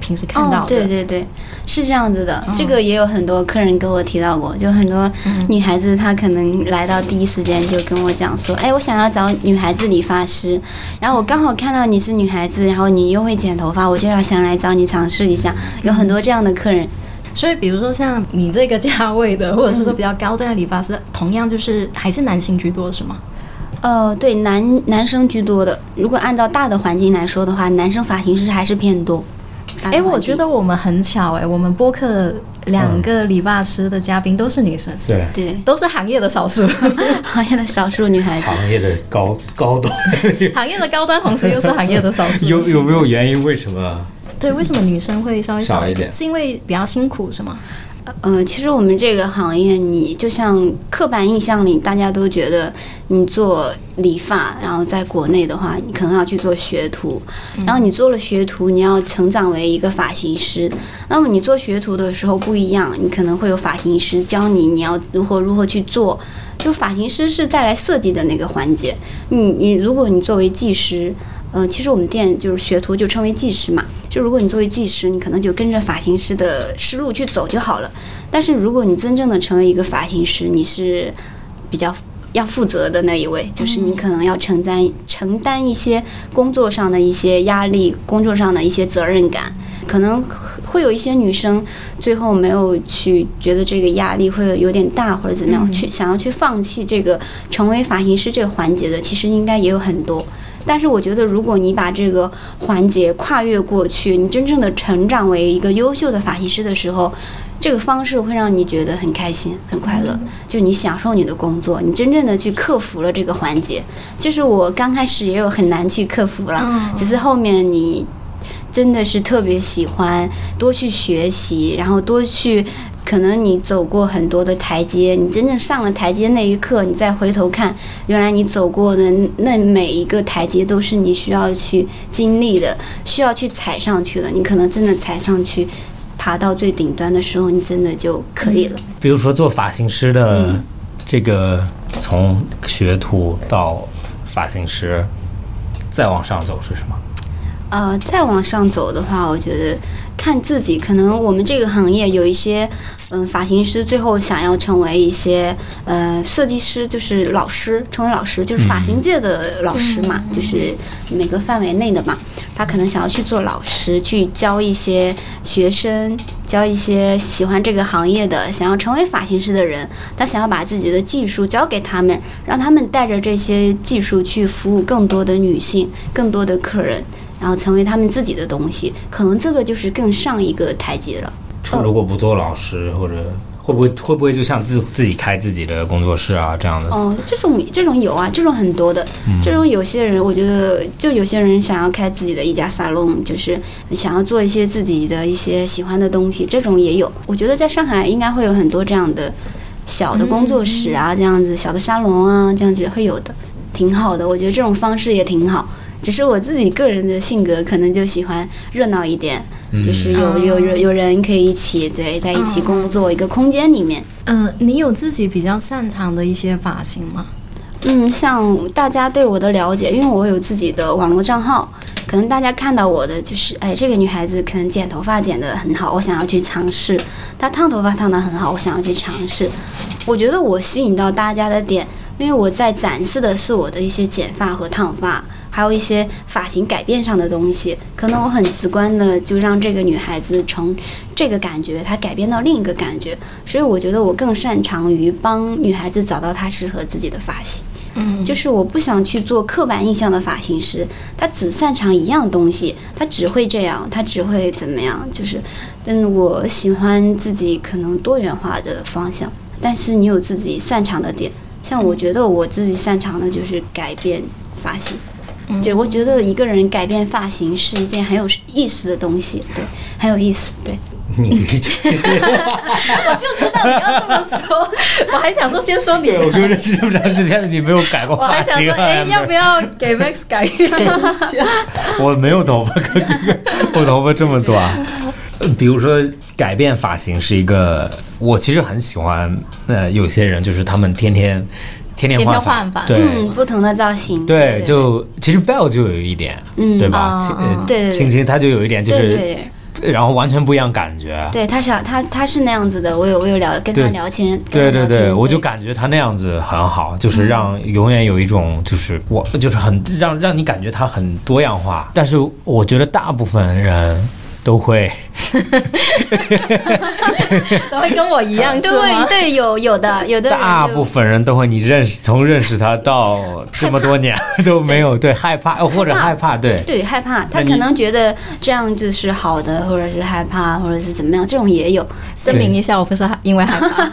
A: 平时看到的，嗯
B: 哦。对对对，是这样子的。这个也有很多客人跟我提到过，就很多女孩子她可能来到第一时间就跟我讲说，哎，我想要找女孩子理发师，然后我刚好看到你是女孩子，然后你又会剪头发，我就要想来找你尝试一下。
A: 嗯
B: 有很多这样的客人，
A: 所以比如说像你这个价位的，或者是说比较高端的理发师，同样就是还是男性居多是吗？
B: 呃，对，男男生居多的。如果按照大的环境来说的话，男生发型师还是偏多。
C: 嗯
B: 大的
A: 哎，我
B: 环境
A: 觉得我们很巧哎、我们播客两个理发师的嘉宾都是女生，
C: 对
B: 对， <laughs>
A: 都是行业的少
C: <laughs>
A: 数，
B: 行业的少数女孩子。
C: 行业的高高端。 <laughs>
A: 行业的高端，同时又是行业的少数。
C: 有有没有原因？为什么？
A: 对，为什么女生会稍微
C: 少
A: 少
C: 一点
A: 是因为比较辛苦是吗？
B: 呃，其实我们这个行业，你就像刻板印象里，大家都觉得你做理发，然后在国内的话，你可能要去做学徒，然后你做了学徒，你要成长为一个发型师。那么你做学徒的时候不一样，你可能会有发型师教你你要如何如何去做。就发型师是带来设计的那个环节，你你如果你作为技师，嗯、其实我们店就是学徒就称为技师嘛。就如果你作为技师，你可能就跟着发型师的思路去走就好了。但是如果你真正的成为一个发型师，你是比较要负责的那一位，就是你可能要承担承担一些工作上的一些压力，工作上的一些责任感，可能会有一些女生最后没有去觉得这个压力会有点大或者怎么样，去想要去放弃这个成为发型师这个环节的，其实应该也有很多。但是我觉得，如果你把这个环节跨越过去，你真正的成长为一个优秀的发型师的时候，这个方式会让你觉得很开心、很快乐，就是你享受你的工作，你真正的去克服了这个环节。其实我刚开始也有很难去克服了，
C: 啊
A: 嗯
B: 只是后面你真的是特别喜欢，多去学习，然后多去。可能你走过很多的台阶，你真正上了台阶那一刻，你再回头看，原来你走过的那每一个台阶都是你需要去经历的，需要去踩上去的。你可能真的踩上去，爬到最顶端的时候，你真的就可以了。
C: 比如说做发型
A: 嗯
C: 师的这个，从
A: 哦
C: 学徒到发型师，再往上走是什么？
B: 呃，再往上走的话，我觉得看自己，可能我们这个行业有一些，嗯、发型师最后想要成为一些呃设计师，就是老师，成为老师，就是发型界的老师嘛，就是每个范围内的嘛。他可能想要去做老师，去教一些学生，教一些喜欢这个行业的、想要成为发型师的人，他想要把自己的技术交给他们，让他们带着这些技术去服务更多的女性、更多的客人，然后成为他们自己的东西。可能这个就是更上一个台阶了。
C: 出如果不做老师，或者会不会会不会就像自自己开自己的工作室啊这样的？
B: 哦，这种这种有啊，这种很多的，这种有些人我觉得，就有些人想要开自己的一家沙龙，就是想要做一些自己的一些喜欢的东西，这种也有。我觉得在上海应该会有很多这样的小的工作室啊，这样子小的沙龙啊，这样子会有的，挺好的。我觉得这种方式也挺好。只是我自己个人的性格，可能就喜欢热闹一点，就是有有有有人可以一起对在一起工作一个空间里面。
A: 嗯、你有自己比较擅长的一些发型吗？
B: 嗯，像大家对我的了解，因为我有自己的网络账号，可能大家看到我的就是，哎，这个女孩子可能剪头发剪得很好，我想要去尝试；她烫头发烫得很好，我想要去尝试。我觉得我吸引到大家的点，因为我在展示的是我的一些剪发和烫发，还有一些发型改变上的东西。可能我很直观的就让这个女孩子从这个感觉她改变到另一个感觉，所以我觉得我更擅长于帮女孩子找到她适合自己的发型。
C: 嗯
B: 就是我不想去做刻板印象的发型师，他只擅长一样东西，他只会这样，他只会怎么样，就是，嗯，我喜欢自己可能多元化的方向，但是你有自己擅长的点，像我觉得我自己擅长的就是改变发型。就我觉得一个人改变发型是一件很有意思的东西，对，很有意思，对。
C: 你
A: <laughs>
C: 这
A: 我就知道你要这么
C: <laughs>
A: 说，我还想说先说你
C: 对我就认识这么长时间，你没有改过
A: 我
C: 发
A: 还想
C: 型
A: 说，
C: 啊？
A: 哎，要不要给 Max 改一
C: <laughs>
A: 下？
C: 我没有头发， <laughs> 哥哥，我头发这么短。
A: <laughs>
C: 呃比如说，改变发型是一个，我其实很喜欢。呃，有些人就是他们天天天天
A: 天天
C: 换
A: 换发
C: 对、
B: 嗯，不同的造型，
C: 对，就其实 Bell 就有一点，
B: 嗯
C: 对吧？
A: 哦
C: 青
A: 哦
C: 呃
B: 对对对
C: 青青他就有一点就
B: 对对
C: 是，
B: 对
C: 然后完全不一样感觉。
B: 对他想他他是那样子的，我有我有聊跟他
C: 对
B: 聊天，跟他
C: 对对
B: 聊
C: 对，
B: 天
C: 我就感觉他那样子很好，就是让
B: 嗯
C: 永远有一种就是我就是很让让你感觉他很多样化，但是我觉得大部分人都会
A: 都会跟我一 <laughs> 样是
B: 对
A: 吗？
B: 对有有的有的人
C: 大
B: 就
C: 部分人都会，你认识从认识他到这么
B: <laughs>
C: 多年都没有对害怕呃或者害怕对。
B: 对害怕，他
C: 那你
B: 可能觉得这样子是好的，或者是害怕，或者是怎么样，这种也有。
A: 声明一下，我不是因为害 <laughs> 怕。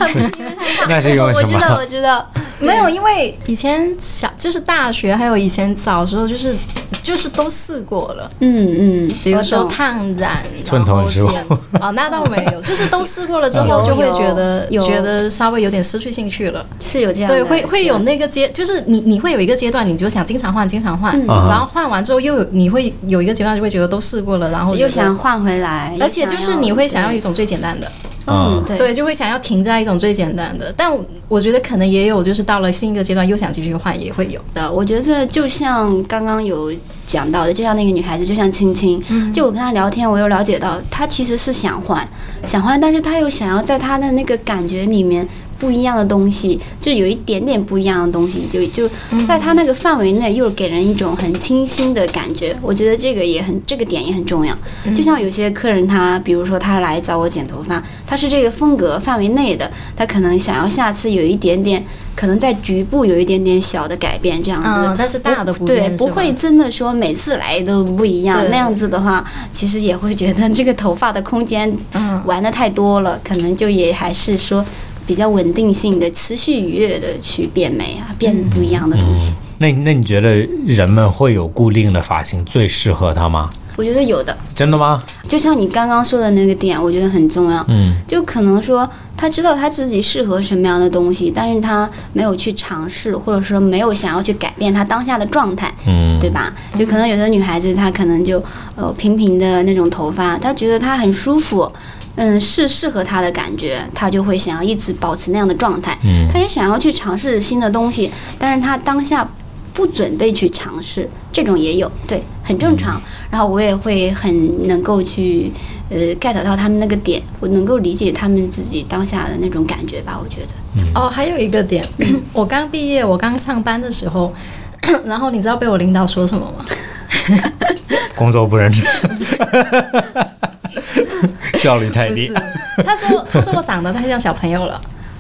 C: 那是因
B: <laughs>
C: 为
B: 我
C: 什
B: 知道，
C: 么？
B: 我知道，
A: 没有，因为以前小就是大学，还有以前小时候，就是就是都试过了，
B: 嗯嗯，
A: 比如
B: 我
A: 说
B: 懂
A: 烫染、
C: 寸头
A: 然后
C: 你试过
A: 剪哦，那倒没有，就是都试过了之后，
B: 有
A: 就会
B: 有
A: 觉得
B: 有
A: 觉得稍微有点失去兴趣了。
B: 是有这样的，
A: 对，会会有那个阶，就是你你会有一个阶段，你就想经常换，经常换，
B: 嗯
A: 然后换完之后又有你会有一个阶段就会觉得都试过了，然后
B: 这样
A: 觉
B: 又
A: 得
B: 想，换回来，
A: 而且
B: 又
A: 就是你会想要
B: 对
A: 一种最简单的，
B: 嗯
C: 嗯
B: 对
A: 对，就会想要停在一种最简单的。但我觉得可能也有，就是到了新一个阶段又想继续换，也会有。
B: 的，我觉得就像刚刚有讲到的，就像那个女孩子，就像青青，就我跟她聊天，我又了解到她其实是想换，想换，但是她又想要在她的那个感觉里面不一样的东西，就有一点点不一样的东西，就就在她那个范围内，又给人一种很清新的感觉。我觉得这个也很，这个点也很重要。就像有些客人他，比如说他来找我剪头发，他是这个风格范围内的，他可能想要下次有一点点，可能在局部有一点点小的改变这样子。
A: 嗯，但是大的不
B: 对
A: 变，
B: 不
A: 是吧
B: 会真的说每次来都不一样
A: 对。
B: 那样子的话，其实也会觉得这个头发的空间
A: 嗯
B: 玩的太多了，可能就也还是说比较稳定性的、持续愉悦的去变美
A: 嗯
B: 啊，变不一样的东西。
C: 那那你觉得人们会有固定的发型最适合他吗？
B: 我觉得有的，
C: 真的吗？
B: 就像你刚刚说的那个点，我觉得很重要。
C: 嗯，
B: 就可能说他知道他自己适合什么样的东西，但是他没有去尝试，或者说没有想要去改变他当下的状态，
C: 嗯
B: 对吧？就可能有的女孩子她可能就呃平平的那种头发，她觉得她很舒服，嗯，是适合她的感觉，她就会想要一直保持那样的状态。
C: 嗯
B: 她也想要去尝试新的东西，但是她当下不准备去尝试，这种也有，对，很正常。然后我也会很能够去呃 get 到他们那个点，我能够理解他们自己当下的那种感觉吧，我觉得。
A: 哦，还有一个 <clears throat> 点，我刚毕业，我刚上班的时候， <clears throat> 然后你知道被我领导说什么吗？
C: 工作不认真，效率太
A: 不
C: 低
A: 是。，他说他说我长得太像小朋友了，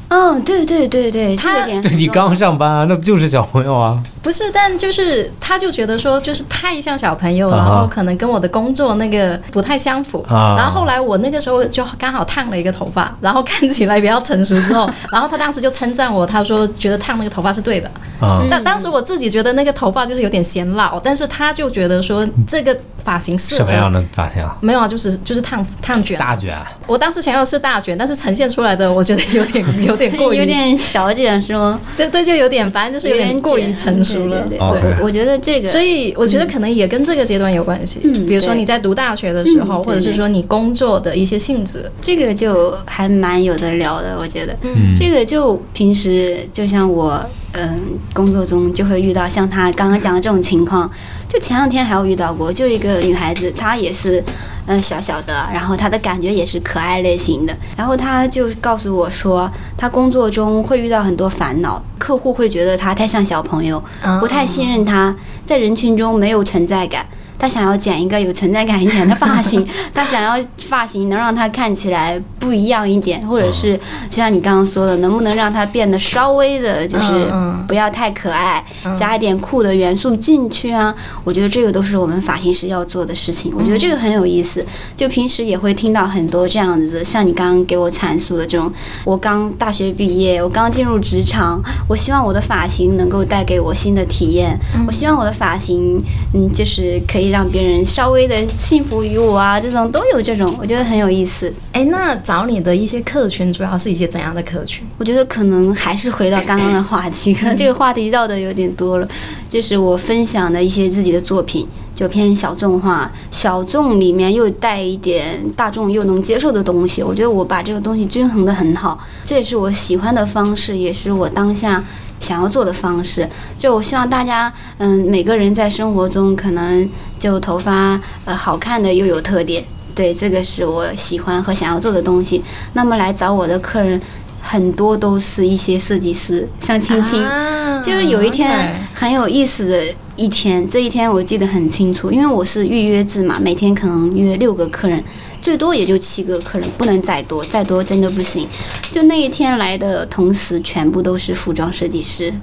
B: 哦，对对对对，这
A: 他
B: 个点
C: 对
B: 很
C: 你
B: 重
C: 刚上班啊，那不就是小朋友啊？
A: 不是，但就是他就觉得说就是太像小朋友了，
C: 啊哈
A: 然后可能跟我的工作那个不太相符。
C: 啊
A: 然后后来我那个时候就刚好烫了一个头发，然后看起来比较成熟之
C: <laughs>
A: 后，然后他当时就称赞我，他说觉得烫那个头发是对的。
C: 啊、
A: 但当时我自己觉得那个头发就是有点显老，但是他就觉得说这个发型适合。
C: 什么样的发型啊？
A: 没有啊，就是就是烫烫卷。
C: 大卷啊，
A: 我当时想要的是大卷，但是呈现出来的我觉得有点 <laughs> 有点过于，
B: <laughs> 有点小点是吗？
A: 这对就有点，反正就是有点
B: 点
A: 过于
B: 卷
A: 成熟了。
B: 对对对，
C: OK
B: 我我觉得这个，
A: 所以我觉得可能也跟这个阶段有关系，
B: 嗯
A: 比如说
B: 对
A: 你在读大学的时候，
B: 嗯
A: 或者是
B: 对对
A: 说你工作的一些性质，
B: 这个就还蛮有的聊的，我觉得。
C: 嗯
B: 这个就平时就像我，嗯，工作中就会遇到像他刚刚讲的这种情况。就前两天还有遇到过，就一个女孩子，她也是，嗯、小小的，然后她的感觉也是可爱类型的。然后她就告诉我说，她工作中会遇到很多烦恼，客户会觉得她太像小朋友，不
A: 哦
B: 太信任她，在人群中没有存在感。她想要剪一个有存在感一点的发型， <laughs> 她想要发型能让她看起来不一样一点，
A: 哦
B: 或者是就像你刚刚说的，能不能让她变得稍微的，就是
A: 嗯嗯
B: 不要太可爱，
A: 嗯
B: 加一点酷的元素进去啊。我觉得这个都是我们发型师要做的事情。我觉得这个很有意思，就平时也会听到很多这样子，像你刚刚给我阐述的这种，我刚大学毕业，我刚进入职场，我希望我的发型能够带给我新的体验，我希望我的发型，嗯，就是可以让别人稍微的信服于我啊，这种都有这种，我觉得很有意思。
A: 哎，那找你的一些客群主要是一些怎样的客群？
B: 我觉得可能还是回到刚刚的话题，可能这个话题绕的有点多了。就是我分享的一些自己的作品，就偏小众化，小众里面又带一点大众又能接受的东西。我觉得我把这个东西均衡的很好，这也是我喜欢的方式，也是我当下想要做的方式。就我希望大家，嗯，每个人在生活中可能就头发呃好看的又有特点。对，这个是我喜欢和想要做的东西。那么来找我的客人，很多都是一些设计师，像青青，
A: 啊
B: 就是有一天
A: OK
B: 很有意思的一天，这一天我记得很清楚，因为我是预约制嘛，每天可能约六个客人，最多也就七个客人，不能再多，再多真的不行。就那一天来的同时，全部都是服装设计师，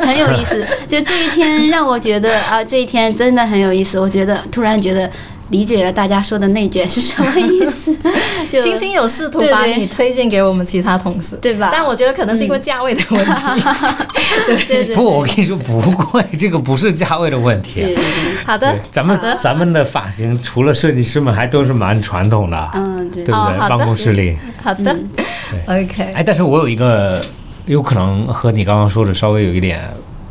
B: 很有意思。就这一天让我觉得啊，这一天真的很有意思，我觉得突然觉得。理解了大家说的内卷是什么意思，就
A: 青青有试图
B: 对
A: 把
B: 对
A: 你推荐给我们其他同事，
B: 对吧
A: 但我觉得可能是因为价位的问题。
B: 对对对，
C: 不，我跟你说不贵，这个不是价位的问题、
B: 对对 <laughs> 对，
A: 好的
C: 对，，咱们咱们的发型，除了设计师们，还都是蛮传统的，
B: 嗯对
C: 对不对？
A: 哦好的
C: 办公室里，
A: 好的、o
C: 嗯
A: k
C: 哎，但是我有一个有可能和你刚刚说的稍微有一点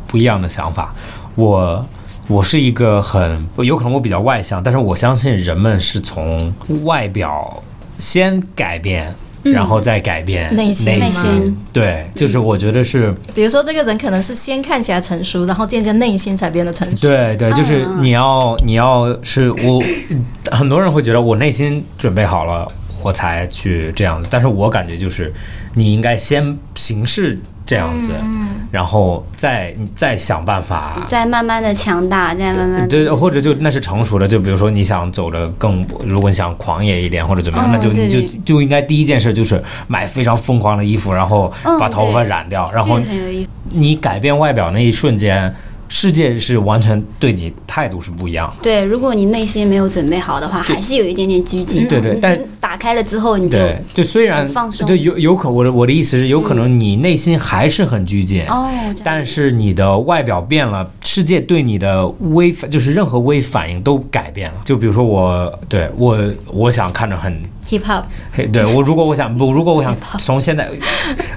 C: 不一样的想法，我。我是一个很有可能我比较外向，但是我相信人们是从外表先改变，然后再改变
A: 内心
C: 内
B: 吗
C: 心。对，就是我觉得是
A: 比如说这个人可能是先看起来成熟，然后渐渐内心才变得成熟。
C: 对
B: 嗯
C: 对，就是你要、你要是我， <clears throat> 很多人会觉得我内心准备好了，我才去这样子，但是我感觉就是你应该先行事这样子，
B: 嗯
C: 然后再再想办法。
B: 再慢慢的强大，再慢慢地
C: 对，或者就那是成熟的，就比如说你想走的更，如果你想狂野一点或者怎么样，
B: 嗯
C: 那就
B: 对
C: 你就
B: 对
C: 就应该第一件事就是买非常疯狂的衣服，然后
B: 嗯
C: 把头发
B: 对
C: 染掉，然
B: 这
C: 后
B: 个很有意思。
C: 你改变外表那一瞬间，世界是完全对你态度是不一样的。
B: 对，如果你内心没有准备好的话，还是有一点点拘谨。
C: 对对
B: 你
C: 但
B: 打开了之后，你就
C: 对，就虽然
B: 很放松
C: 对有有可我的我的意思是，有可能你内心还是很拘谨，
B: 哦，这样
C: 但是你的外表变了，世界对你的微反就是任何微反应都改变了。就比如说我对我我想看着很
A: Hip Hop，
C: 嘿，对我，如果我想不，如果我想从现在，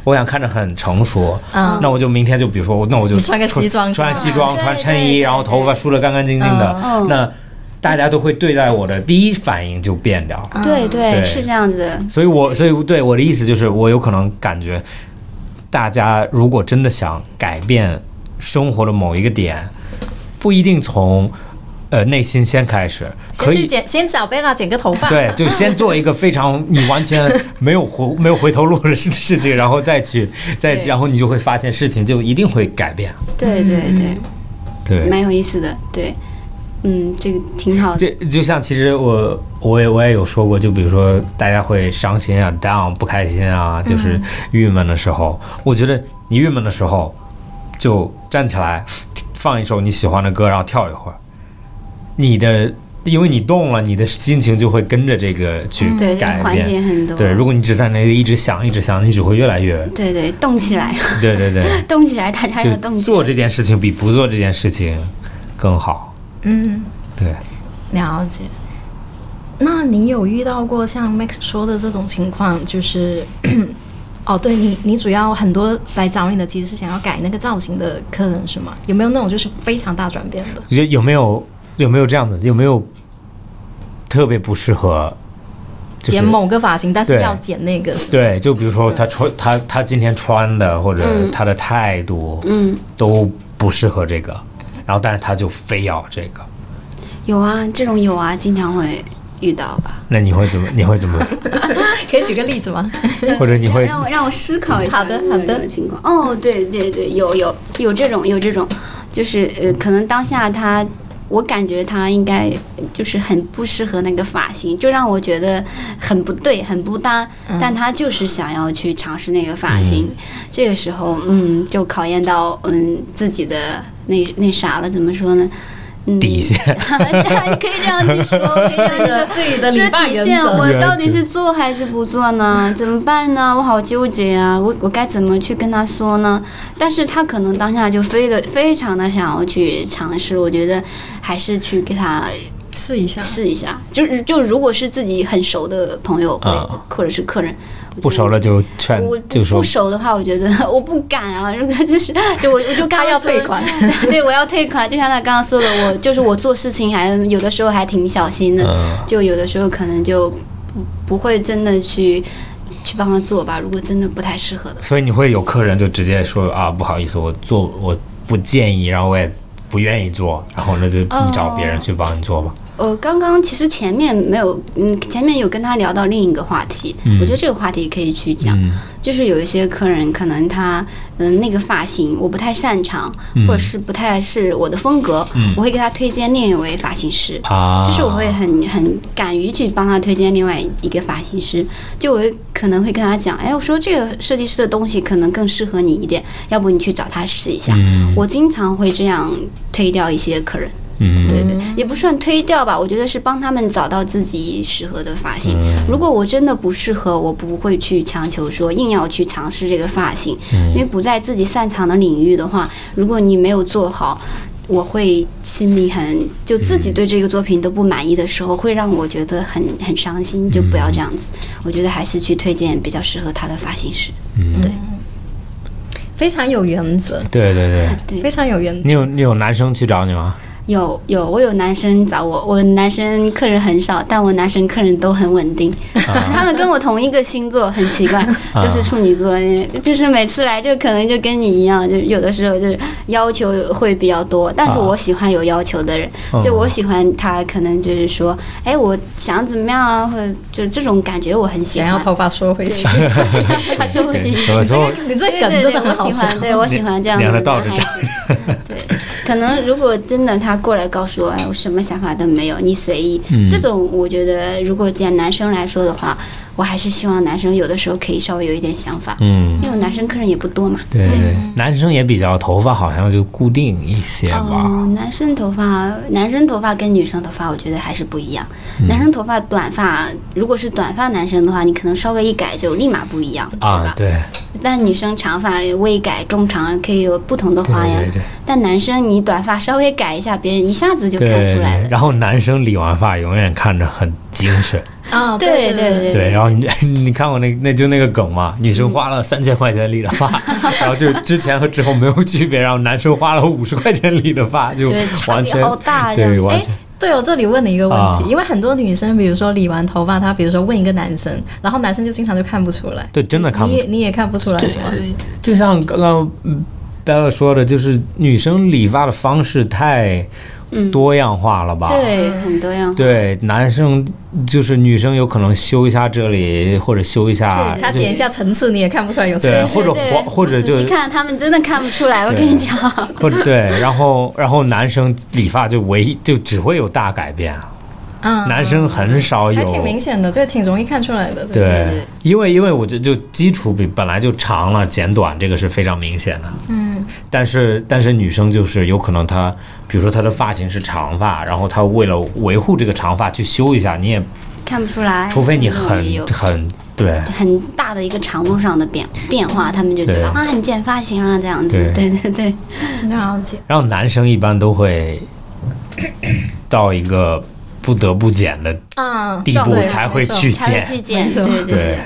C: 我想看着很成熟，
A: 嗯
C: 那我就明天就比如说，我那我就
A: 你穿个西装
C: 穿
A: 是
C: 西装，
B: 对
C: 穿
B: 对
C: 衬
B: 啊对
C: 衣，
B: 对
C: 然后头发梳得干干净净的，
B: 嗯
C: 那大家都会对待我的第一反应就变掉。
B: 对对
C: 对
B: 是这样子。
C: 所以我，所以对我的意思就是，我有可能感觉，大家如果真的想改变生活的某一个点，不一定从呃内心先开始，
A: 先
C: 可
A: 去
C: 以
A: 剪，先找贝拉剪个头发。
C: <laughs> 对，就先做一个非常你完全没有回 <laughs> 没有回头路的事事情，然后再去再
B: 对
C: 然后你就会发现事情就一定会改变，
B: 对
C: 嗯
B: 对对，
C: 对。
B: 蛮有意思的，对，嗯，这个挺好的，
C: 这就像其实我我也我也有说过，就比如说大家会伤心啊、down 不开心啊，
B: 嗯
C: 就是郁闷的时候，我觉得你郁闷的时候就站起来放一首你喜欢的歌，然后跳一会儿，你的因为你动了，你的心情就会跟着这个去
B: 嗯对，这
C: 改
B: 个缓
C: 变。
B: 解很多，
C: 对，如果你只在那里一直想、一直想，你只会越
B: <laughs>
C: 来越……
B: 对对，动起来， <laughs>
C: 对对对，
B: 动起来，大家要动
C: 就
B: 起来，
C: 做这件事情比不做这件事情更好。
A: 嗯，
C: 对，
A: 了解。那你有遇到过像 Max 说的这种情况，就是 <coughs> 哦，对你，你主要很多来找你的其实是想要改那个造型的客人是吗？有没有那种就是非常大转变的？
C: 你觉得有没有有没有这样的？有没有特别不适合？就是、
A: 剪某个发型，但是
C: 对
A: 要剪那个是吗？
C: 对，就比如说他穿他他今天穿的或者
B: 嗯
C: 他的态度
B: 嗯，
C: 都不适合这个，然后但是他就非要这个，
B: 有啊，这种有啊，经常会遇到吧，
C: 那你会怎么？你会
B: <laughs>
C: 怎么？
A: 可以举个例子 <laughs> 吗？
C: 或者你会
B: 让我让我思考一下，
A: 好的
B: 有没有
A: 好的
B: 这种情况。哦，对对对，有有有这种有这种，就是呃，可能当下他，我感觉他应该就是很不适合那个发型，就让我觉得很不对，很不搭。
A: 嗯
B: 但他就是想要去尝试那个发型，
C: 嗯
B: 这个时候，嗯，就考验到嗯自己的那那啥了，怎么说呢？嗯，
C: 底线
B: 对， <laughs> 可以这样去说，可以这样去说。
A: 自己的
B: 这
A: 理发
B: 底
A: 原
B: 线
A: <laughs> 则
B: 我到底是做还是不做呢？ <laughs> 怎么办呢？我好纠结啊！我我该怎么去跟他说呢？但是他可能当下就非的非常的想要去尝试，我觉得还是去给他
A: 试一下，
B: 试一下。就就如果是自己很熟的朋友，或者
C: 啊
B: 或者是客人，
C: 不熟了就劝
B: 嗯我
C: 就
B: 不
C: 说
B: 不熟的话，我觉得 <laughs> 我不敢啊。如果就是就我我
A: <laughs>
B: 就刚
A: 他
B: 刚
A: 要
B: 说
A: 退款，
B: 对我要退款。就像他刚刚说的，我就是我做事情还有的时候还挺小心的，
C: 嗯
B: 就有的时候可能就不不会真的去去帮他做吧。如果真的不太适合的，
C: 所以你会有客人就直接说啊，不好意思，我做我不建议，然后我也不愿意做，然后那就
B: 哦
C: 你找别人去帮你做吧。
B: 呃，刚刚其实前面没有，嗯，前面有跟他聊到另一个话题，我觉得这个话题可以去讲。
C: 嗯
B: 就是有一些客人可能他嗯那个发型我不太擅长，或者是不太是我的风格，我会给他推荐另一位发型师。
C: 啊，
B: 就是我会很很敢于去帮他推荐另外一个发型师，就我会可能会跟他讲，哎，我说这个设计师的东西可能更适合你一点，要不你去找他试一下。
C: 嗯
B: 我经常会这样推掉一些客人，
C: 嗯
B: 对对，也不算推掉吧，我觉得是帮他们找到自己适合的发型。如果我真的不适合，我不会去强求说硬要去尝试这个发型，因为不在自己擅长的领域的话，如果你没有做好。我会心里很就自己对这个作品都不满意的时候，会让我觉得很很伤心，就不要这样子。我觉得还是去推荐比较适合他的发型师。
A: 非常有原则，
C: 对对对，
B: 对
A: 非常有原则。
C: 你有你有男生去找你吗？
B: 有有，我有男生找我，我男生客人很少，但我男生客人都很稳定， <laughs> 他们跟我同一个星座，很奇怪，都是处女座，就是每次来就可能就跟你一样，就是有的时候就是要求会比较多，但是
C: 啊
B: 我喜欢有要求的人，就我喜欢他，可能就是说，哎，我想怎么样啊，或者就这种感觉我很喜
A: 想
B: 欢
A: 要。头发缩回
B: <laughs>
A: 去，
B: 他说不清
C: 有时
B: <laughs>
C: 候
A: 你这
B: 对
A: 梗
B: 对
A: 真
B: 对，
A: 的很好
B: 我喜
A: 笑。
B: 欢，对我喜欢这样
C: 两
B: 的
C: 个倒着
B: 男孩子。对，可能如果真的他过来告诉我，哎，我什么想法都没有，你随意。
C: 嗯
B: 这种我觉得，如果讲男生来说的话，我还是希望男生有的时候可以稍微有一点想法，
C: 嗯，
B: 因为男生客人也不多嘛。
C: 对对，
B: 嗯
C: 男生也比较头发好像就固定一些吧。
B: 哦，男生头发，男生头发跟女生头发，我觉得还是不一样。
C: 嗯
B: 男生头发短发，如果是短发男生的话，你可能稍微一改就立马不一样，对
C: 啊
B: 吧，？
C: 对，
B: 但女生长发微改、中长可以有不同的
C: 对
B: 花样。
C: 对对
B: 但男生你短发稍微改一下，别人一下子就
C: 对
B: 看
C: 对
B: 出来了。
C: 对。然后男生理完发永远看着很精神，
A: 啊，
B: 哦对
A: 对
B: 对
C: 对。然后你 <laughs> 你看过那那就那个梗嘛，女生花了三千块钱理的
B: <laughs>
C: 发，然后就之前和之后没有区别，然后男生花了五十块钱理的发，就 <laughs>
B: 就是差
C: 完
B: 别
C: 全
B: 好大这样
C: 对
B: 子。
C: 完
B: 哎，
C: 全
A: 对，我这里问你一个问题，
C: 啊
A: 因为很多女生，比如说理完头发，她比如说问一个男生，然后男生就经常就看不出来，
C: 对，真的看不
A: 你也你也看不出来是吗？
C: 就像刚刚 Stella 说的，就是女生理发的方式太
B: 嗯，
C: 多样化了吧？
B: 对，很多样化。
C: 对，男生就是女生有可能修一下这里，或者修一下
B: 对啊
A: 他剪一下层次，你也看不出来有层
C: 对
A: 次。
C: 或者黄或者就
B: 仔细看，他们真的看不出来。我
C: 对
B: 跟你讲，
C: 或者对，然后然后男生理发就唯一就只会有大改变啊，
A: 嗯，
C: 男生很少有
A: 还挺明显的，这挺容易看出来的。
C: 对，
B: 对对
C: 因为因为我觉得就基础比本来就长了，剪短这个是非常明显的。
A: 嗯，
C: 但是但是女生就是有可能她，比如说她的发型是长发，然后她为了维护这个长发去修一下，你也
B: 看不出来。
C: 除非你
B: 嗯
C: 很
B: 有
C: 很对
B: 很大的一个长度上的变变化，他们就觉
C: 对
B: 得啊，你剪发型啊，这样子。
C: 对
B: 对对对，
A: 了解。
C: 然后男生一般都会到一个不得不剪的
A: 啊，
C: 地步
A: 对
C: 才会
A: 没错
C: 去
B: 才会
C: 剪，
B: 去剪。
A: 没错
B: 对对
C: 对。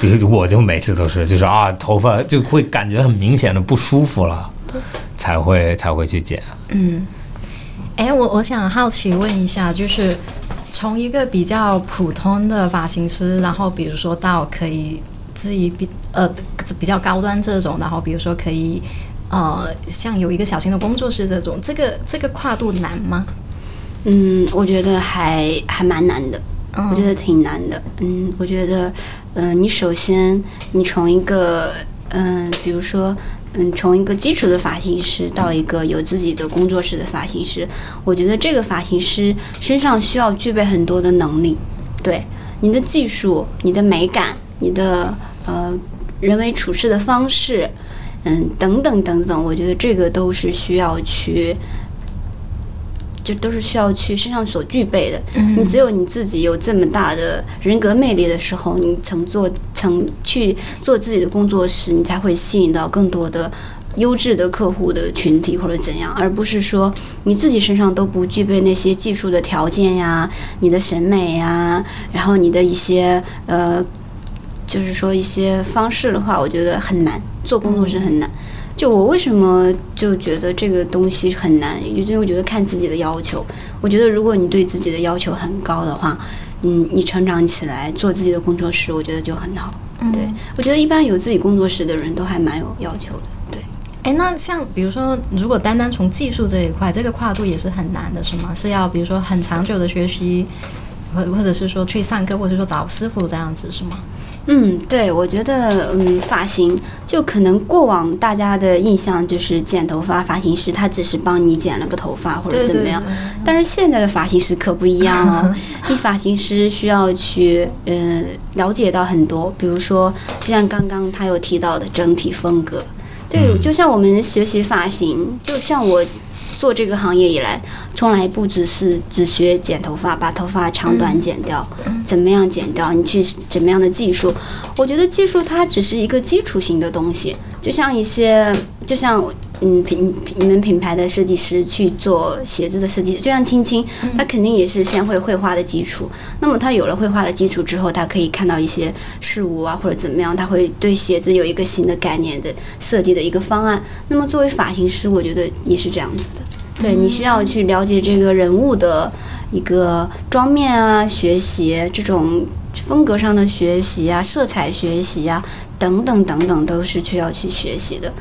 C: 比如我就每次都是，就是啊，头发就会感觉很明显的不舒服了，才会才会去剪。
A: 嗯，哎，我我想好奇问一下，就是从一个比较普通的发型师，然后比如说到可以自己比呃比较高端这种，然后比如说可以呃像有一个小型的工作室这种，这个这个跨度难吗？
B: 嗯，我觉得还还蛮难的，我觉得挺难的。嗯，我觉得，嗯、你首先你从一个，嗯、比如说，嗯，从一个基础的发型师到一个有自己的工作室的发型师，我觉得这个发型师身上需要具备很多的能力，对你的技术、你的美感、你的呃人为处事的方式，嗯，等等等等，我觉得这个都是需要去。就都是需要去身上所具备的。你只有你自己有这么大的人格魅力的时候，你曾做曾去做自己的工作时，你才会吸引到更多的优质的客户的群体或者怎样，而不是说你自己身上都不具备那些技术的条件呀，你的审美呀，然后你的一些呃，就是说一些方式的话，我觉得很难做工作室很难。就我为什么就觉得这个东西很难，就因为我觉得看自己的要求。我觉得如果你对自己的要求很高的话，嗯，你成长起来做自己的工作室，我觉得就很好。对，我觉得一般有自己工作室的人都还蛮有要求的。
A: 哎，那像比如说，如果单单从技术这一块，这个跨度也是很难的，是吗？是要比如说很长久的学习，或或者是说去上课，或者说找师傅这样子，是吗？
B: 嗯，对，我觉得，嗯，发型就可能过往大家的印象就是剪头发，发型师他只是帮你剪了个头发或者怎么样，但是现在的发型师可不一样哦，你发型师需要去嗯了解到很多，比如说就像刚刚他有提到的整体风格，对，就像我们学习发型，就像我做这个行业以来，从来不只是只学剪头发，把头发长短剪掉，怎么样剪掉，你去怎么样的技术，我觉得技术它只是一个基础型的东西，就像一些就像。嗯，品你们品牌的设计师去做鞋子的设计，就像青青，他肯定也是先会绘画的基础。那么他有了绘画的基础之后，他可以看到一些事物啊，或者怎么样，他会对鞋子有一个新的概念的设计的一个方案。那么作为发型师，我觉得也是这样子的。对你需要去了解这个人物的一个妆面啊，学习这种风格上的学习啊，色彩学习啊，等等等等，都是需要去学习的。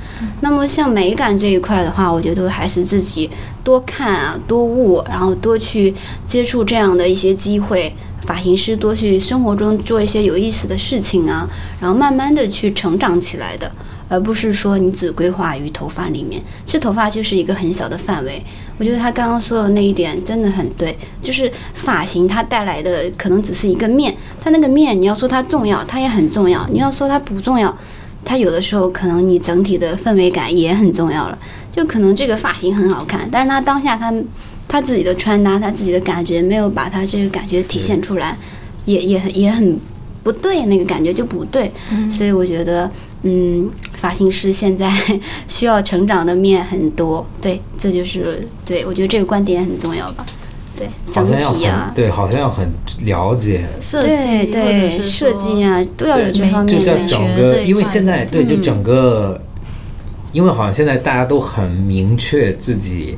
B: 那么像美感这一块的话，我觉得还是自己多看啊，多悟，然后多去接触这样的一些机会。发型师多去生活中做一些有意思的事情啊，然后慢慢的去成长起来的，而不是说你只规划于头发里面。其实头发就是一个很小的范围。我觉得他刚刚说的那一点真的很对，就是发型它带来的可能只是一个面，它那个面你要说它重要，它也很重要；你要说它不重要，它有的时候可能你整体的氛围感也很重要了。就可能这个发型很好看，但是他当下他他自己的穿搭，他自己的感觉没有把他这个感觉体现出来，也也很也很不对，那个感觉就不对。所以我觉得，嗯，发型师现在需要成长的面很多。对，这就是对我觉得这个观点很重要吧。对，整体啊，
C: 对，好像要很了解
A: 设
B: 对
A: 计或者
B: 对，
A: 是
B: 设计
A: 啊，
B: 啊，都要有这方
C: 就
B: 面
C: 叫
B: 的
A: 美学
B: 一些。
C: 整
A: 这
C: 个，
A: 一
C: 因为
A: 块
C: 现在对，就整
B: 嗯
C: 个，因为好像现在大家都很明确自己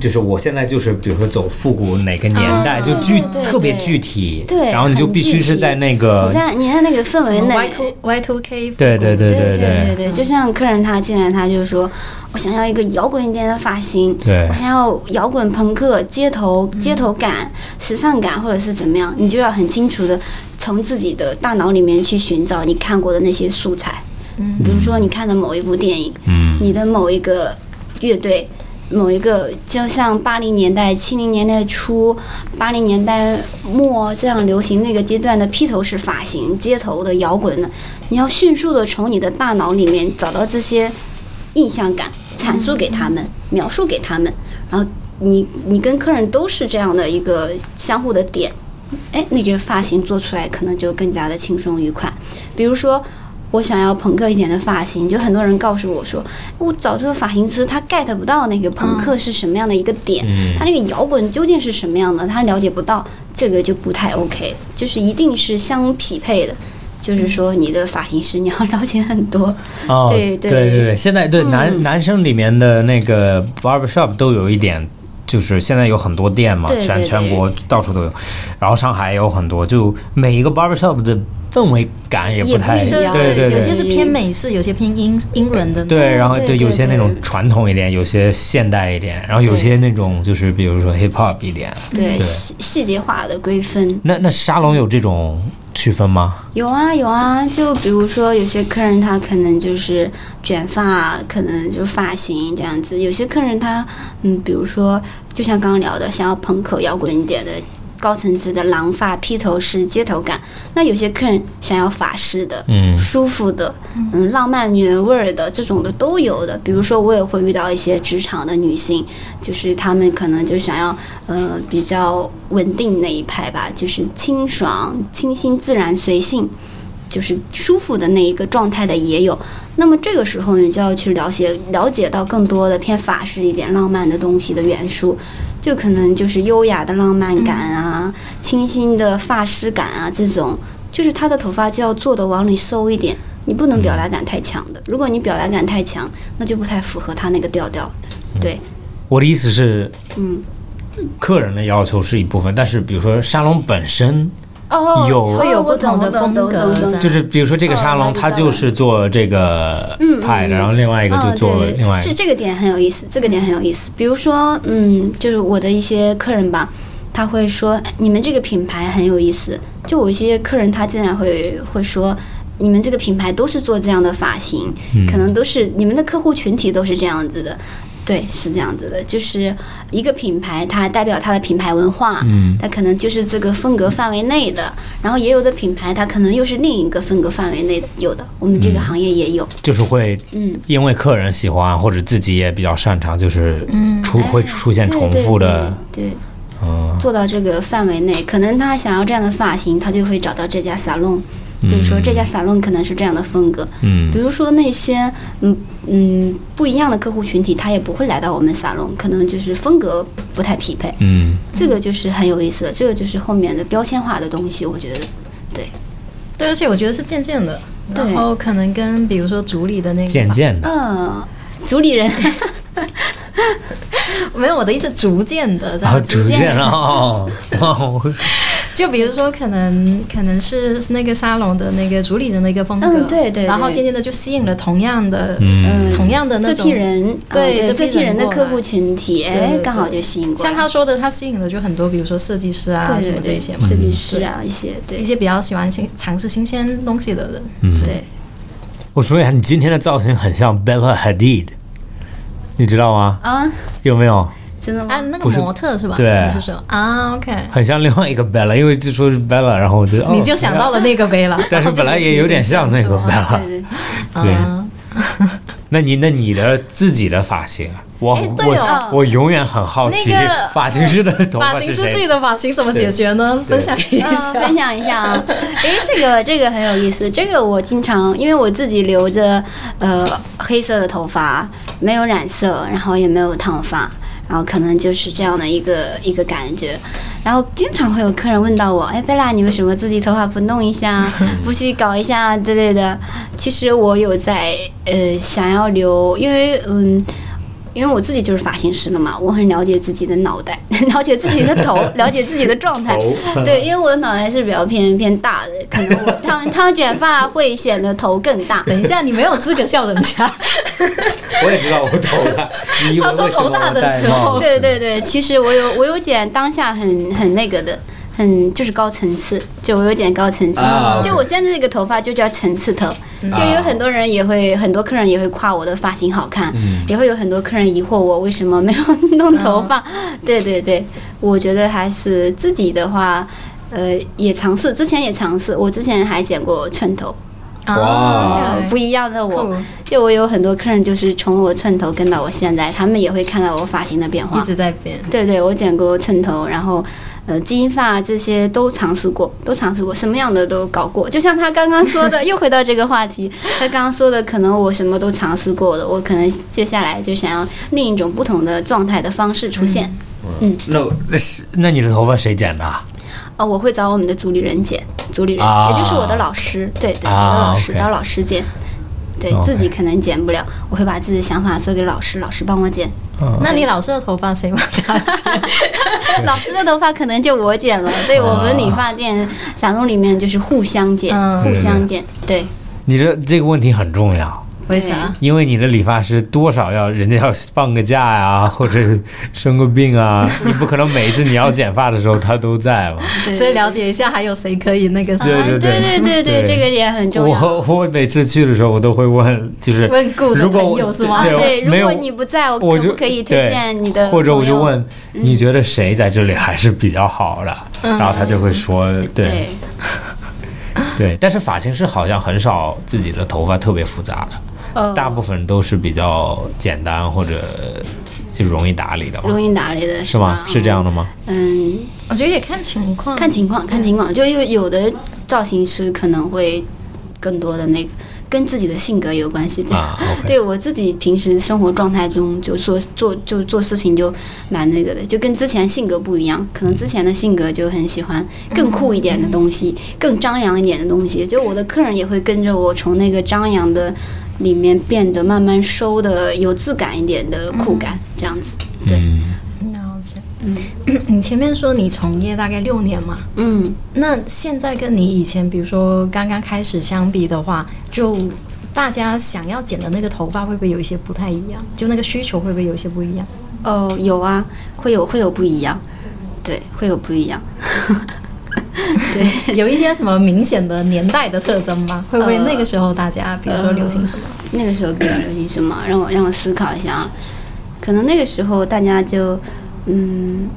C: 就是我现在就是比如说走复古哪个年代，
B: 啊
C: 就具
B: 对对对
C: 特别具体，
B: 对
C: 然后你就
B: 很
C: 必须
B: 具
C: 是
B: 体
C: 在那个
B: 你在你在那个氛围
A: 什么嗯
B: 内
A: Y two Y two K，
C: 对对对
B: 对
C: 对
B: 对对，就像客人他进来，他就说：“我想要一个摇滚一点的发型，
C: 对
B: 我想要摇滚朋克、街头
A: 嗯
B: 街头感、时尚感，或者是怎么样，你就要很清楚的从自己的大脑里面去寻找你看过的那些素材。
A: 嗯
B: 比如说你看的某一部电影，
C: 嗯
B: 你的某一个乐队。某一个，就像八零年代、七零年代初、八零年代末这样流行那个阶段的披头士发型、街头的摇滚呢，你要迅速的从你的大脑里面找到这些印象感，阐述给他们，描述给他们，然后你你跟客人都是这样的一个相互的点，哎，那个发型做出来可能就更加的轻松愉快。比如说，我想要朋克一点的发型，就很多人告诉我说，哎我找这个发型师他 get 不到那个朋克是什么样的一个点，
C: 嗯
B: 他这个摇滚究竟是什么样的，他了解不到，这个就不太 OK，就是一定是相匹配的。就是说，你的发型师你要了解很多，
C: 哦，
B: 对嗯
C: 对
B: 对
C: 对对，现在对男男生里面的那个 barber shop 都有一点。就是现在有很多店嘛，
B: 对对
C: 全
B: 对
C: 全国到处都有，然后上海也有很多，就每一个 barber shop 的氛围感也
B: 也
C: 不
B: 不
C: 太
B: 一样
C: 对对
A: 有
C: 对
A: 些是偏美式，有些偏英英伦的那种。
C: 对，然后
B: 对
C: 就
B: 对
C: 有些
B: 对
C: 那种传统一点，有些现代一点，然后有
B: 对
C: 些那种就是比如说 hip hop 一点。
B: 对
C: 对
B: 细细节化的规分。
C: 那那沙龙有这种区分吗？
B: 有啊有啊，就比如说有些客人他可能就是卷发，可能就是发型这样子；有些客人他嗯，比如说就像刚刚聊的，想要朋克摇滚一点的。高层次的狼发、披头士、街头感，那有些客人想要法式的、
C: 嗯
B: 舒服的、嗯，浪漫女人味儿的这种的都有的。比如说，我也会遇到一些职场的女性，就是她们可能就想要呃比较稳定那一派吧，就是清爽、清新、自然、随性，就是舒服的那一个状态的也有。那么这个时候，你就要去了解了解到更多的偏法式一点、浪漫的东西的元素，就可能就是优雅的浪漫感啊、清新的发丝感啊这种，就是他的头发就要做的往里收一点。你不能表达感太强的，如果你表达感太强，那就不太符合他那个调调。对，
C: 我的意思是，
B: 嗯，
C: 客人的要求是一部分，但是比如说沙龙本身，
B: 哦
C: 有
A: 会有不同的风格这样
C: 嗯就是比如说这个沙龙，
B: 哦
C: 它就是做这个
B: 嗯嗯
C: 派的，
B: 嗯
C: 然后另外一个就
B: 哦、
C: 做
B: 对对
C: 另外一
B: 这
C: 个。
B: 这个点很有意思，这个点很有意思。比如说，嗯，就是我的一些客人吧，他会说哎你们这个品牌很有意思。就我一些客人，他竟然会会说。你们这个品牌都是做这样的发型，
C: 嗯
B: 可能都是你们的客户群体都是这样子的，对，是这样子的，就是一个品牌，它代表它的品牌文化，
C: 嗯
B: 它可能就是这个风格范围内的，然后也有的品牌它可能又是另一个风格范围内的，有的，我们
C: 嗯
B: 这个行业也有，
C: 就是会
B: 嗯
C: 因为客人喜欢或者自己也比较擅长，就是出会出现
B: 嗯哎对
C: 重
B: 对
C: 复
B: 对
C: 的，
B: 对
C: 嗯
B: 做到这个范围内，可能他想要这样的发型，他就会找到这家沙龙，就是说这家沙龙可能是这样的风格。
C: 嗯
B: 比如说那些嗯嗯不一样的客户群体，他也不会来到我们沙龙，可能就是风格不太匹配，
C: 嗯，
B: 这个就是很有意思的，这个就是后面的标签化的东西，我觉得。
A: 对，而且我觉得是渐渐的，
B: 对
A: 然后可能跟比如说组里的那个
C: 渐渐的，
B: 嗯，主理人
A: 没有我的意思，逐渐的，这
B: 嗯
C: 然
A: 样
C: 后啊逐
A: 逐渐
C: 渐哦，哦
A: 就比如说，可能可能是那个沙龙的那个主理人的一个风格，
B: 嗯对对对
A: 然后渐渐的就吸引了同样的、
C: 嗯，
B: 嗯
A: 同样的那
B: 这
A: 种嗯
B: 批。人，
A: 对
B: 呃
A: 这
B: 对
A: 批
B: 这批人的
A: 人过
B: 客
A: 来
B: 户群体，
A: 对
B: 哎
A: 对，
B: 刚好
A: 对
B: 就吸引过
A: 像
B: 来。
A: 他说的，他吸引的就很多，比如说设计师啊
B: 对
A: 什
B: 对
A: 么这
B: 对，
A: 一些嘛，
B: 设计师啊，
A: 嗯
B: 一些对
A: 一些比较喜欢新尝试新鲜东西的人。
C: 嗯
B: 对，
C: 我说一下，你今天的造型很像 Bella Hadid，你知道吗？
B: 啊，
C: 有没有？
B: 真的吗
A: 啊，？那个
C: 嗯不是
A: 模特是吧？
C: 对哦
A: 你是说啊？OK，
C: 很像另外一个 Bella，因为就说是 Bella，然后我觉得哦
A: 你就想到了那个杯了，
C: <laughs> 但是本来也有点像那个
A: 吧。
C: 吧。
B: 哦对对，
A: <laughs>
C: 对
A: 啊
C: 那你那你的自己的发型，啊我
A: 哎对
C: 我
A: 哦
C: 我永远很好奇
A: 那个，
C: <laughs>
A: 嗯
C: 发型师的头
A: 发
C: 发
A: 型
C: 是
A: 师自己
C: 谁？
A: 的发型怎么解决呢？
C: 对哦
A: 分享一
B: 嗯，
A: 下
B: 分。享一下啊，诶，这个这个很有意思，这个我经常因为我自己留着呃黑色的头发，没有染色，然后也没有烫发，然后可能就是这样的一个一个感觉，然后经常会有客人问到我，哎，贝拉，你为什么自己头发不弄
A: <laughs>
B: 一下，不去搞一下之类的？其实我有在呃想要留，因为嗯。因为我自己就是发型师了嘛，我很了解自己的脑袋， <laughs> 了解自己的头，了解自己的状态。
C: 嗯
B: 对，因为我的脑袋是比较偏偏大的，可能
C: <laughs>
B: 我烫烫卷发会显得头更大。
A: <laughs> 等一下，你没有资格笑人家。
C: 我也知道我头
A: <laughs>
C: 大，你以为
A: 他说
C: 为什
A: 头
C: 么
A: 大
C: 我
A: 的
C: 戴
A: 时
C: 帽
A: 候
C: 子
B: 对对对，其实我有我有剪当下很很那个的，很就是高层次，就我有剪高层次，
C: 啊嗯
B: 就我现在这个头发就叫层次头，就有很多人也会很多客人也会夸我的发型好看，
C: 嗯
B: 也会有很多客人疑惑我为什么没有弄头发，对对对，我觉得还是自己的话。呃，也尝试，之前也尝试，我之前还剪过寸头，
C: <laughs> 哇
A: 啊
B: 不一样的我
A: 酷，
B: 就我有很多客人就是从我寸头跟到我现在，他们也会看到我发型的变化，
A: 一直在变。
B: 对对，我剪过寸头，然后呃金发这些都尝试过， <laughs> 都尝试过，什么样的都搞过。就像他刚刚说的，又回到这个话题，他刚刚说的，可能我什么都尝试过了，我可能接下来就想要另一种不同的状态的方式出
A: 嗯
B: 现。
C: 那那是那你的头发谁剪的啊？
B: 哦，我会找我们的主理人剪，主理人、
C: 啊
B: 也就是我的老师，对对，
C: 啊
B: 我的老师、
C: OK
B: 找老师剪。对
C: OK
B: 自己可能剪不了，我会把自己的想法说给老师，老师帮我剪。
C: 嗯
A: 那你老师的头发 <laughs> 谁帮他剪？
B: <laughs> 老师的头发可能就我剪 <laughs> 了，对我们理发店、沙龙里面就是互相剪，
A: 嗯
B: 互相剪，对，
C: 你这这个问题很重要，
A: 为啥？
C: 因为你的理发师多少要人家要放个假呀、或者生个病啊，你不可能每一次你要剪发的时候他都在吧？
B: 对
A: 所以了解一下还有谁可以那个
B: 啊
A: 什么
C: 对
B: 对对对
C: 对
B: 这个也很重要。
C: 我我每次去的时候我都会问，就是
A: 问顾的
C: 如果
A: 朋
C: 我
A: 友是吗
B: 啊，？对，
C: 没
B: 如
C: 有
B: 果你不在，我
C: 我
B: 哦可
C: 就
B: 不可以推荐你的
C: 对或者我就
B: 朋友，嗯
C: 问你觉得谁在这里还是比较好的，然后他就会说，对
B: 对，
C: 对，但是发型师好像很少自己的头发特别复杂的，
B: 呃
C: 大部分都是比较简单或者就容易打理的嘛，
B: 容易打理的
C: 是吗？是这样的吗？
B: 嗯，
A: 我觉得也看情况，
B: 看情况，看情况，就有有的造型师可能会更多的那个跟自己的性格有关系，这样。
C: 啊，OK，
B: 对我自己平时生活状态中，就说做就做事情就蛮那个的，就跟之前性格不一样。可能之前的性格就很喜欢更酷一点的东西，更张扬一点的东西。就我的客人也会跟着我从那个张扬的里面变得慢慢收的有质感一点的酷感，这样子。对，
C: 嗯，
A: 了解。
B: 嗯
A: 你前面说你从业大概六年嘛，
B: 嗯，
A: 那现在跟你以前，比如说刚刚开始相比的话，就大家想要剪的那个头发会不会有一些不太一样？就那个需求会不会有一些不一样？
B: 哦，有啊，会有会有不一样，对，会有不一样。
A: <laughs> 有一些什么明显的年代的特征吗？会不会那个时候大家，比如说流行什么？
B: 那个时候比较流行什么？让我让我思考一下啊。可能那个时候大家就嗯，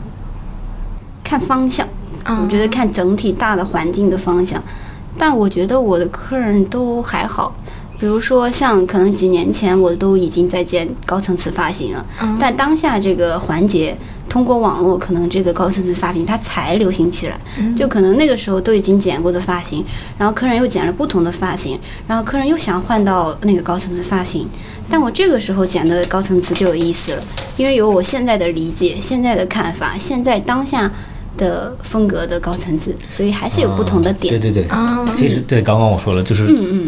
B: 看方向，
A: 嗯
B: 我觉得看整体大的环境的方向。但我觉得我的客人都还好，比如说像可能几年前我都已经在剪高层次发型了，
A: 嗯
B: 但当下这个环节通过网络，可能这个高层次发型它才流行起来，
A: 嗯
B: 就可能那个时候都已经剪过的发型，然后客人又剪了不同的发型，然后客人又想换到那个高层次发型，但我这个时候剪的高层次就有意思了，因为有我现在的理解、现在的看法、现在当下的风格的高层次，所以还是有不同的点。嗯
C: 对对对。
A: 啊，
C: 其实对，刚刚我说了，就是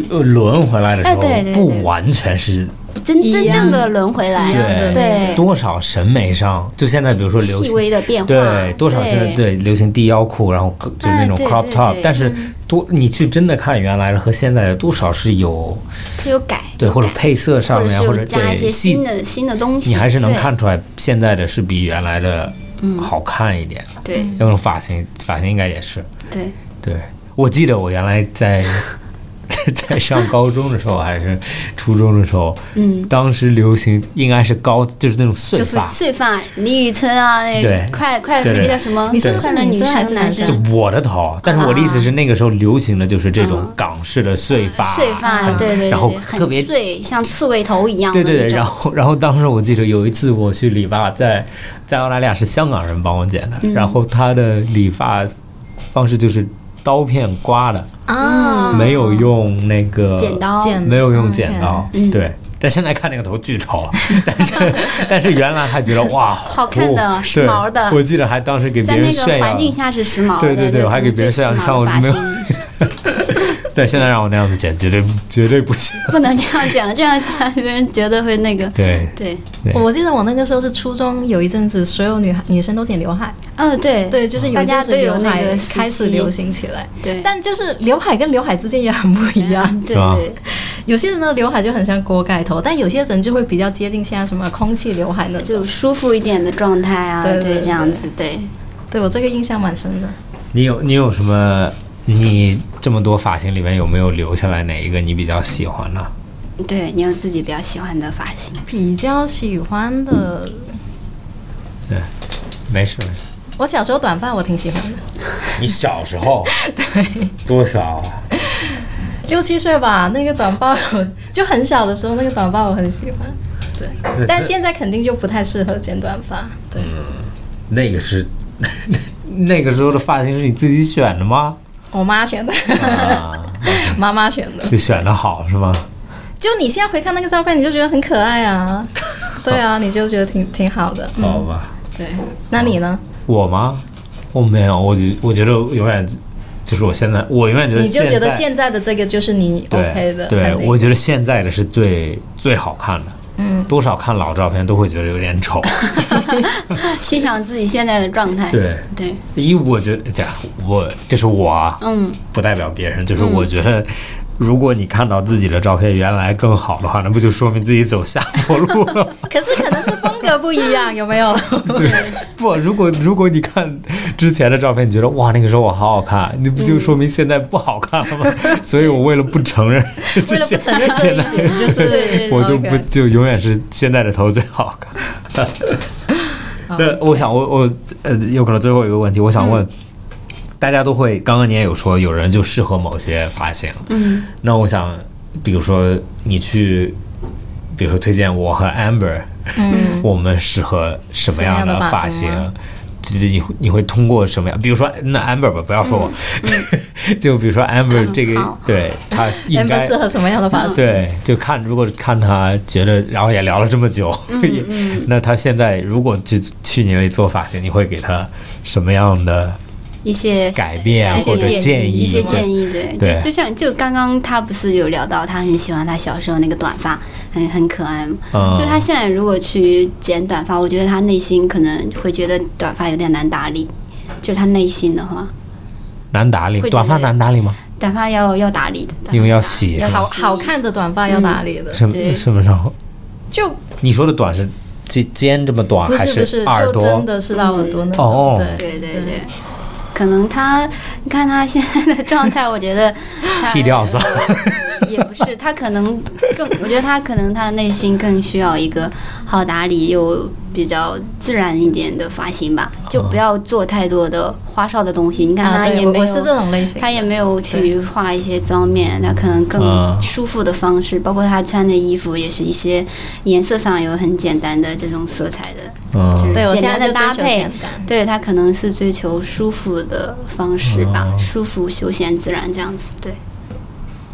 C: 呃轮回来的时
B: 哎
C: 候
B: 对对，对
C: 不完全是
B: 真
A: 一样
B: 真正的轮回来，
C: 对
B: 对
C: 多少审美上，就现在比如说流
B: 细
C: 行
B: 微的变化，
C: 对，多少是对流行低腰裤，然后可就是那
B: 哎
C: 种
B: 对
C: crop
B: 对
C: top，
B: 对嗯
C: 但是多你去真的看原来的和现在的多少是有
B: 它有改，
C: 对，
B: 有
C: 或者
B: 改
C: 配色上
B: 或者
C: 面啊
B: 是
C: 或
B: 有
C: 者
B: 加一些
C: 对
B: 新
C: 细，
B: 的新的东西，
C: 你还是能
B: 对嗯
C: 看出来现在的是比原来的好看一点。
B: 对
C: 那种发型，发型应该也是。
B: 对，
C: 对，我记得我原来在 <laughs> 在上高中的时候还是初中的时候，
B: 嗯，
C: 当时流行应该是高，就是那种碎
B: 就是
C: 发。
B: 碎发李宇春啊，那
C: 对
B: 快快
C: 对对
B: 那个叫什么？
A: 你说的
B: 快
A: 是
B: 乐
A: 女
B: 女啊
A: 生还是男
B: 男
A: 生
C: 就我的头，啊但是我的意思是，那个时候流行的就是这种港式的碎发，
B: 啊碎发，
C: 很
B: 对对对，
C: 然后
B: 很
C: 特别，
B: 碎，像刺猬头一样的
C: 对
B: 那种。
C: 对对，然后然后当时我记得有一次我去理发，在在澳大利亚是香港人帮我剪的，
B: 嗯
C: 然后他的理发方式就是刀片刮的，
A: 啊，
C: 没有用那个
B: 嗯剪，刀，
A: 剪
C: 没有用剪刀，
B: 嗯
C: 对。但现在看那个头巨丑啊， <laughs> 但是但是原来还觉得哇，
B: 好看的
C: 酷
B: 时
C: 对
B: 髦的
C: 我记得还当时给别
B: 在
C: 人
B: 那个
C: 炫耀
B: 环，境下是时髦的，
C: 对对对
B: 就
C: 我还给别人
B: 可能
C: <laughs> 炫耀
B: 最时髦
C: 看我
B: 的发
C: 没有
B: 型
C: <laughs> 对，现在让我那样子剪，绝对绝对不行。
B: 不能这样讲，这样讲别人觉得会那个。
C: <laughs> 对，
B: 对，
C: 对
A: 我记得我那个时候是初中有一阵子，所有女孩女生都剪刘海，
B: 哦，对
A: 对，就是有一
B: 大
A: 阵
B: 家
A: 子
B: 都有
A: 刘
B: 那
A: 海
B: 个
A: 开始流行起来，
B: 对，
A: 但就是刘海跟刘海之间也很不一样。 <laughs>
B: 嗯对
C: 是吧
B: 对，
A: 有些人的刘海就很像锅盖头，但有些人就会比较接近现在什么空气刘海那
B: 就
A: 种。
B: 舒服一点的状态啊，
A: 对对
B: 这样子，对。
A: 对我这个印象蛮深的。
C: 你有你有什么？你这么多发型里面有没有留下来哪一个你比较喜欢呢？
B: 对你有自己比较喜欢的发型，
A: 比较喜欢的，
C: 没事没事。
A: 我小时候短发我挺喜欢的，
C: 你小时候 <laughs> 对多小啊？
A: 六七岁吧，那个短发我就很小的时候那个短发我很喜欢，对，但现在肯定就不太适合剪短发，对，
C: 那个是 <laughs> 那个时候的发型是你自己选的吗？
A: 我妈选的，
C: 啊，
A: <laughs> 妈妈选的。
C: 就选的好是吗？
A: 就你现在回看那个照片，你就觉得很可爱啊，对啊，你就觉得挺挺好的，嗯，
C: 好吧，
A: 对。那你呢？
C: 我吗？我没有，我觉我觉得永远就是我现在，我永远觉得
A: 你就觉得
C: 在
A: 现在的这个就是你
C: 对
A: OK 的，
C: 对，
A: 很
C: 我觉得现在的是最最好看的。嗯，多少看老照片都会觉得有
A: <laughs>
C: 点丑。
B: <laughs> 欣赏自己现在的状态。
C: 对，
B: 对，
C: 因为我觉得，对啊我这是我啊，
B: 嗯，
C: 不代表别人。就是我觉
A: 嗯
C: 得，如果你看到自己的照片原来更好的话，那不就说明自己走下坡路
A: <laughs>
C: 了吗？
A: 可是可能是风格不一样，有没
C: <laughs>
A: 有？
C: 不，如果如果你看之前的照片，你觉得哇那个时候我好好看，那不就说明现在不好看了
A: <laughs>
C: 吗？所以我为了不承认这些，
A: 为了不承认这一
C: <laughs>
A: 点，就
B: 对
A: 是
C: 我就不
A: OK
C: 就永远是现在的头最好看。那我想我我呃有可能最后一个问题，我想问、大家都会，刚刚你也有说有人就适合某些发型，
B: 嗯，
C: 那我想比如说你去，比如说推荐我和 Amber，
A: 嗯，
C: <laughs> 我们适合什么样
A: 什么样的
C: 发
A: 发
C: 型
A: 型吗？
C: 这这你会你会通过什么样？比如说，那 Amber 吧，不要说我， <laughs> 就比如说 Amber 这个，
B: 好
C: 对他应
A: 原本
C: 该
A: 适合什么样的发
B: 嗯
A: 型？
C: 对，就看如果看他觉得，然后也聊了这么久，
B: 嗯
C: <laughs> 也那他现在如果去去你那里做发型，你会给他什么样的
B: 一些
C: 改变
B: 一些
C: 或者
B: 建议
C: 建议？
B: 一些建
C: 议，
B: 议，对
C: 对
B: 就像就刚刚他不是有聊到，他很喜欢他小时候那个短发，很很可爱嘛。
C: 嗯
B: 就他现在如果去剪短发，我觉得他内心可能会觉得短发有点难打理，就是他内心的话，
C: 难打理，
B: 会觉得
C: 短发难打理吗？
B: 短发要要打理的，短发
C: 因为要洗，
A: 好好看的短发要打理的，
C: 什么
B: 对
C: 什么时候？
A: 就
C: 你说的短是肩肩这么短，
A: 不
C: 还
A: 是不是，
C: 耳
A: 就
C: 朵？
A: 真的是到耳朵那
C: 哦
A: 种，对。
B: 对对对。可能他，你看他现在的状态，我觉得他
C: 剃
B: <laughs>
C: 掉算了。
B: 也不是，他可能更，我觉得他可能他内心更需要一个好打理又比较自然一点的发型吧，就不要做太多的花哨的东西。你看
A: 嗯啊，
B: 他也
A: 对，我
B: 没
A: 我是这
B: 有，
A: 种类型
B: 他。也没有去画一些妆面，他可能
C: 嗯
A: 啊
B: 更舒服的方式，包括他穿的衣服也是一些颜色上有很简单的这种色彩的，
C: 嗯
B: 就是
A: 对我
B: 简
A: 现
B: 单
A: 在
B: 的
A: 就追
B: 搭
A: 求
B: 配
A: 简。单。
B: 对他可能是追求舒服的方式吧，舒服、休闲、自然这样子。对，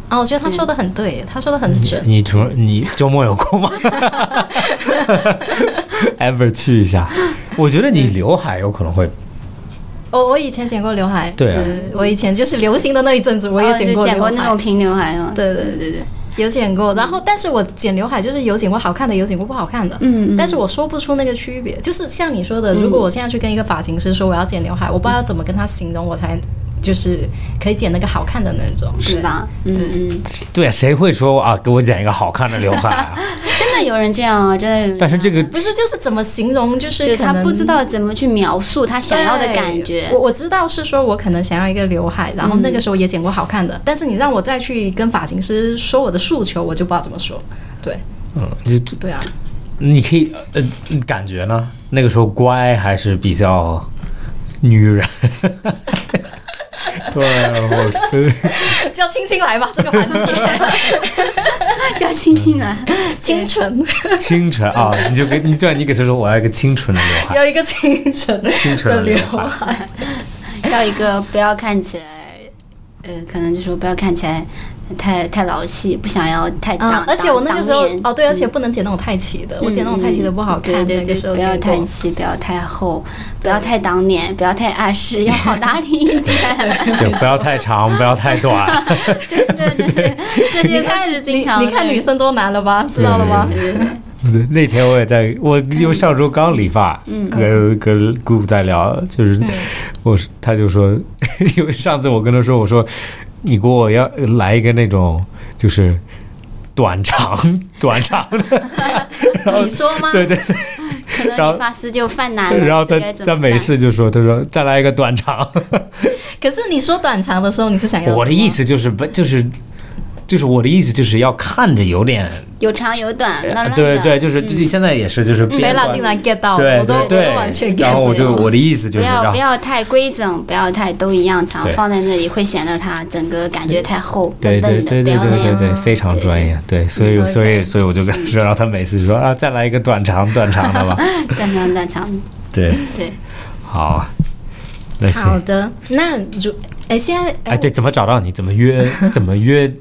A: 啊，我觉得
B: 嗯
A: 他说的很对，他说的很准。
C: 你除你周末
B: <laughs>
C: 有空吗？Ever 去一下？我觉得你刘海有可能会
A: 我我以前剪过刘海，
C: 对啊
A: 我以前就是流行的那一阵子，我也
B: 哦
A: 剪
B: 就
A: 过
B: 剪
A: 刘
B: 过那
A: 海
B: 种，平刘海嘛。
A: 对对
B: 对对，
A: 有剪过。然后，但是我剪刘海就是有剪过好看的，有剪过不好看的。
B: 嗯，
A: 但是我说不出那个区别，就是像你说的，如果我现在去跟一个发型师说我要剪刘海，我不知道怎么跟他形容，我才就是可以剪那个好看的那种，
B: 是
A: 对？
B: 吧？嗯嗯，
C: 对，谁会说啊？给我剪一个好看的刘海
B: <laughs>
C: 啊？
B: 真的有人这样啊，真的有人。
C: 但是这个
A: 不是，就是怎么形容，就
B: 就是是
A: 可
B: 他
A: 能
B: 不知道怎么去描述他想要的感觉
A: 对我。我知道是说我可能想要一个刘海，然后那个时候也剪过好看的，但是你让我再去跟发型师说我的诉求，我就不知道怎么说。对
C: 嗯，就
A: 对
B: <laughs>
A: 啊，
C: 你可以呃，感觉呢？那个时候乖还是比较女人。对，我
A: 叫青青来吧，这个环节
B: 叫青 <laughs> 青来， <laughs>
A: 清纯
C: 清纯啊，你就给你对，你给他说我要一个清纯的刘海，
A: 要一个清纯
C: <laughs> 清纯
A: 的
C: 的
A: 刘
C: 刘
A: 海。
C: 海，
B: 要一个不要看起来，呃，可能就说不要看起来太太老气，不想要太当、
A: 嗯，而且我那个时候
B: 当面
A: 哦，对，而
C: 嗯
A: 且不能剪那种太齐的，我剪那种太齐的不好看。
B: 嗯对对
A: 那个时候
B: 对不要
A: 剪
B: 太
A: 过，
B: 齐，不要太厚，不要太当脸，不要太碍事，要好搭理一点。 <laughs>
C: 就不要太长，不要太短。 <laughs>
B: 对
A: <laughs>
B: 对对，这
A: 你
B: 些都
A: 看
B: 是
A: 你
B: 经常
A: 你看
B: 的嗯
A: 女生多难了吧？知道了吗？
B: 对对对
C: 那天我也在，我因为上周刚理发，跟跟姑姑在聊，就是我是他就说， <laughs> 因为上次我跟他说，我说你给我要来一个那种就是短长 <laughs> 短长的，
A: 你说吗？
C: 对对
B: 可能
C: 然后
B: 理发师就犯难了。
C: <laughs> 对，然后
B: 这
C: 他
B: 该怎么
C: 他每
B: 办
C: 次就说，他说再来一个短长，
A: 可是你说短长的时候，你是想要
C: <laughs> 我的
A: 什么
C: 意，思就是不就是。就是我的意思，就是要看着有点，啊
B: 有长有短，那
C: 哎
B: 嗯
C: 对对，就是就是现在也是，就是
A: 贝
C: 边
A: 拉
C: 短
A: 竟然 get 到，
C: 对
A: 我都
C: 对
A: 我都
C: 对，
A: 完全 get
C: 然后我
A: 不
C: 就
A: 了
C: 我的意思就
B: 不
C: 是，
B: 要
C: 然
B: 不
C: 后
B: 要太规整，不要太都一样长
C: 对，
B: 放在那里会显得它整个感觉太厚，
C: 对对
B: 笨笨
C: 对
B: 的，不
C: 对
B: 要那
C: 对对
B: 样。
C: 对，非常
B: 对对
C: 专业。对，所以所以所以我就
B: <laughs>
C: 跟他说，然后他每次就说啊，再来一个短长短长的吧。
B: <laughs> 断肠断肠，
C: 对
B: 对，
C: 好，啊那
A: 好
C: 行。
A: 的，那如哎，现在
C: 哎，对，怎么找到你？怎么约？怎么约？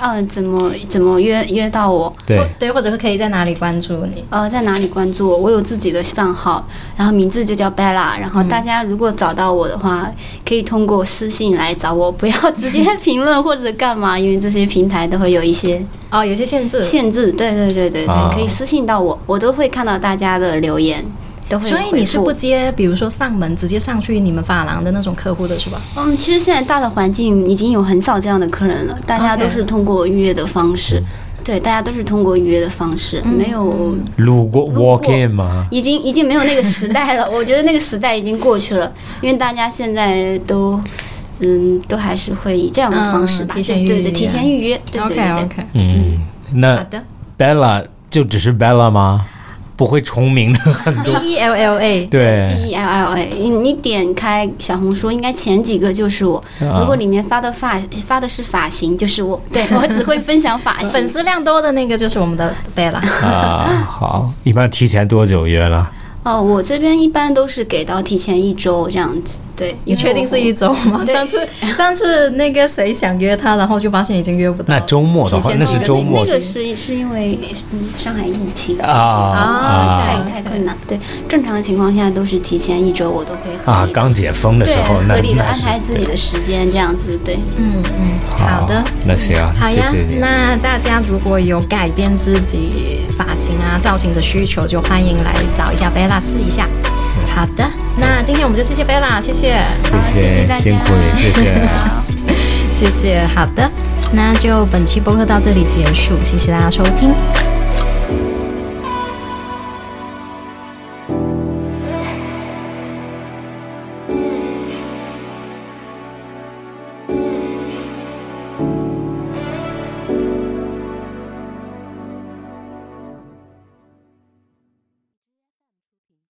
B: 哦，怎么怎么约约到我？
C: 对
A: 或，对，或者会可以在哪里关注你？
B: 呃，在哪里关注我？我有自己的账号，然后名字就叫 Bella。然
C: 嗯
B: 后大家如果找到我的话，可以通过私信来找我， <laughs> 不要直接评论或者干嘛，因为这些平台都会有一些
A: 哦，有些限制，
B: 限制。对对对对对，
C: 啊
B: 可以私信到我，我都会看到大家的留言，都会
A: 所以你是
B: 回
A: 不
B: 复
A: 接，比如说上门直接上去你们发廊的那种客户的是吧？
B: 嗯，其实现在大的环境已经有很少这样的客人了，大家
A: OK
B: 都是通过预约的方式。对，大家都是通过预约的方式，
A: 嗯
B: 没有，
C: 路过
B: 过
C: walk in 吗？
B: 已经已经没有那个时代
A: <laughs>
B: 了。我觉得那个时代已经过去了，因为大家现在都，嗯，都还是会以这样的方式
A: 嗯
B: 吧，
A: 提前预
B: 对
A: 约
B: 对，提前预约，对对
A: OK
B: 对
A: OK，
C: 嗯，
A: 好
C: 那
A: 的
C: Bella 就只是 Bella 吗？不会重名的。
B: <laughs>
A: ，B E L L A，
C: 对，
B: B E L L A，你你点开小红书，应该前几个就是我。
C: 啊
B: 如果里面发的发发的是发型，就是我。对我只会分享发型
C: <laughs>
A: 粉，丝量多的那个就是我们的贝 <laughs> 拉。
C: 啊，好，一般提前多久约了？
B: 哦，我这边一般都是给到提前一周这样子，对。
A: 你确定是一周吗？
B: 对
A: 上次上次那个谁想约他，然后就发现已经约不到
C: 那
A: 了。
C: 周末的话，
A: 提前
C: 那
A: 多
C: 是
A: 久
C: 周末
B: 那个是是因为嗯上海疫情
C: 啊啊
B: 太太困难。对，正常情况下都是提前一周，我都会合
C: 啊，
B: 理地
C: 刚解封的时
B: 对
C: 候，那
B: 合理的
C: 那
B: 安
C: 是
B: 排自己的时间这样子，对。
A: 嗯嗯，好的。，
C: 那行啊，
A: 好
C: 谢
A: 呀
C: 谢你，
A: 那大家如果有改变自己发型啊、造型的需求，就欢迎来找一下贝拉试一下。好的，那今天我们就谢谢贝拉，谢谢，
B: 好谢谢大家
C: 辛苦你，谢谢。
A: 谢谢。好的，那就本期播客到这里结束，谢谢大家收听，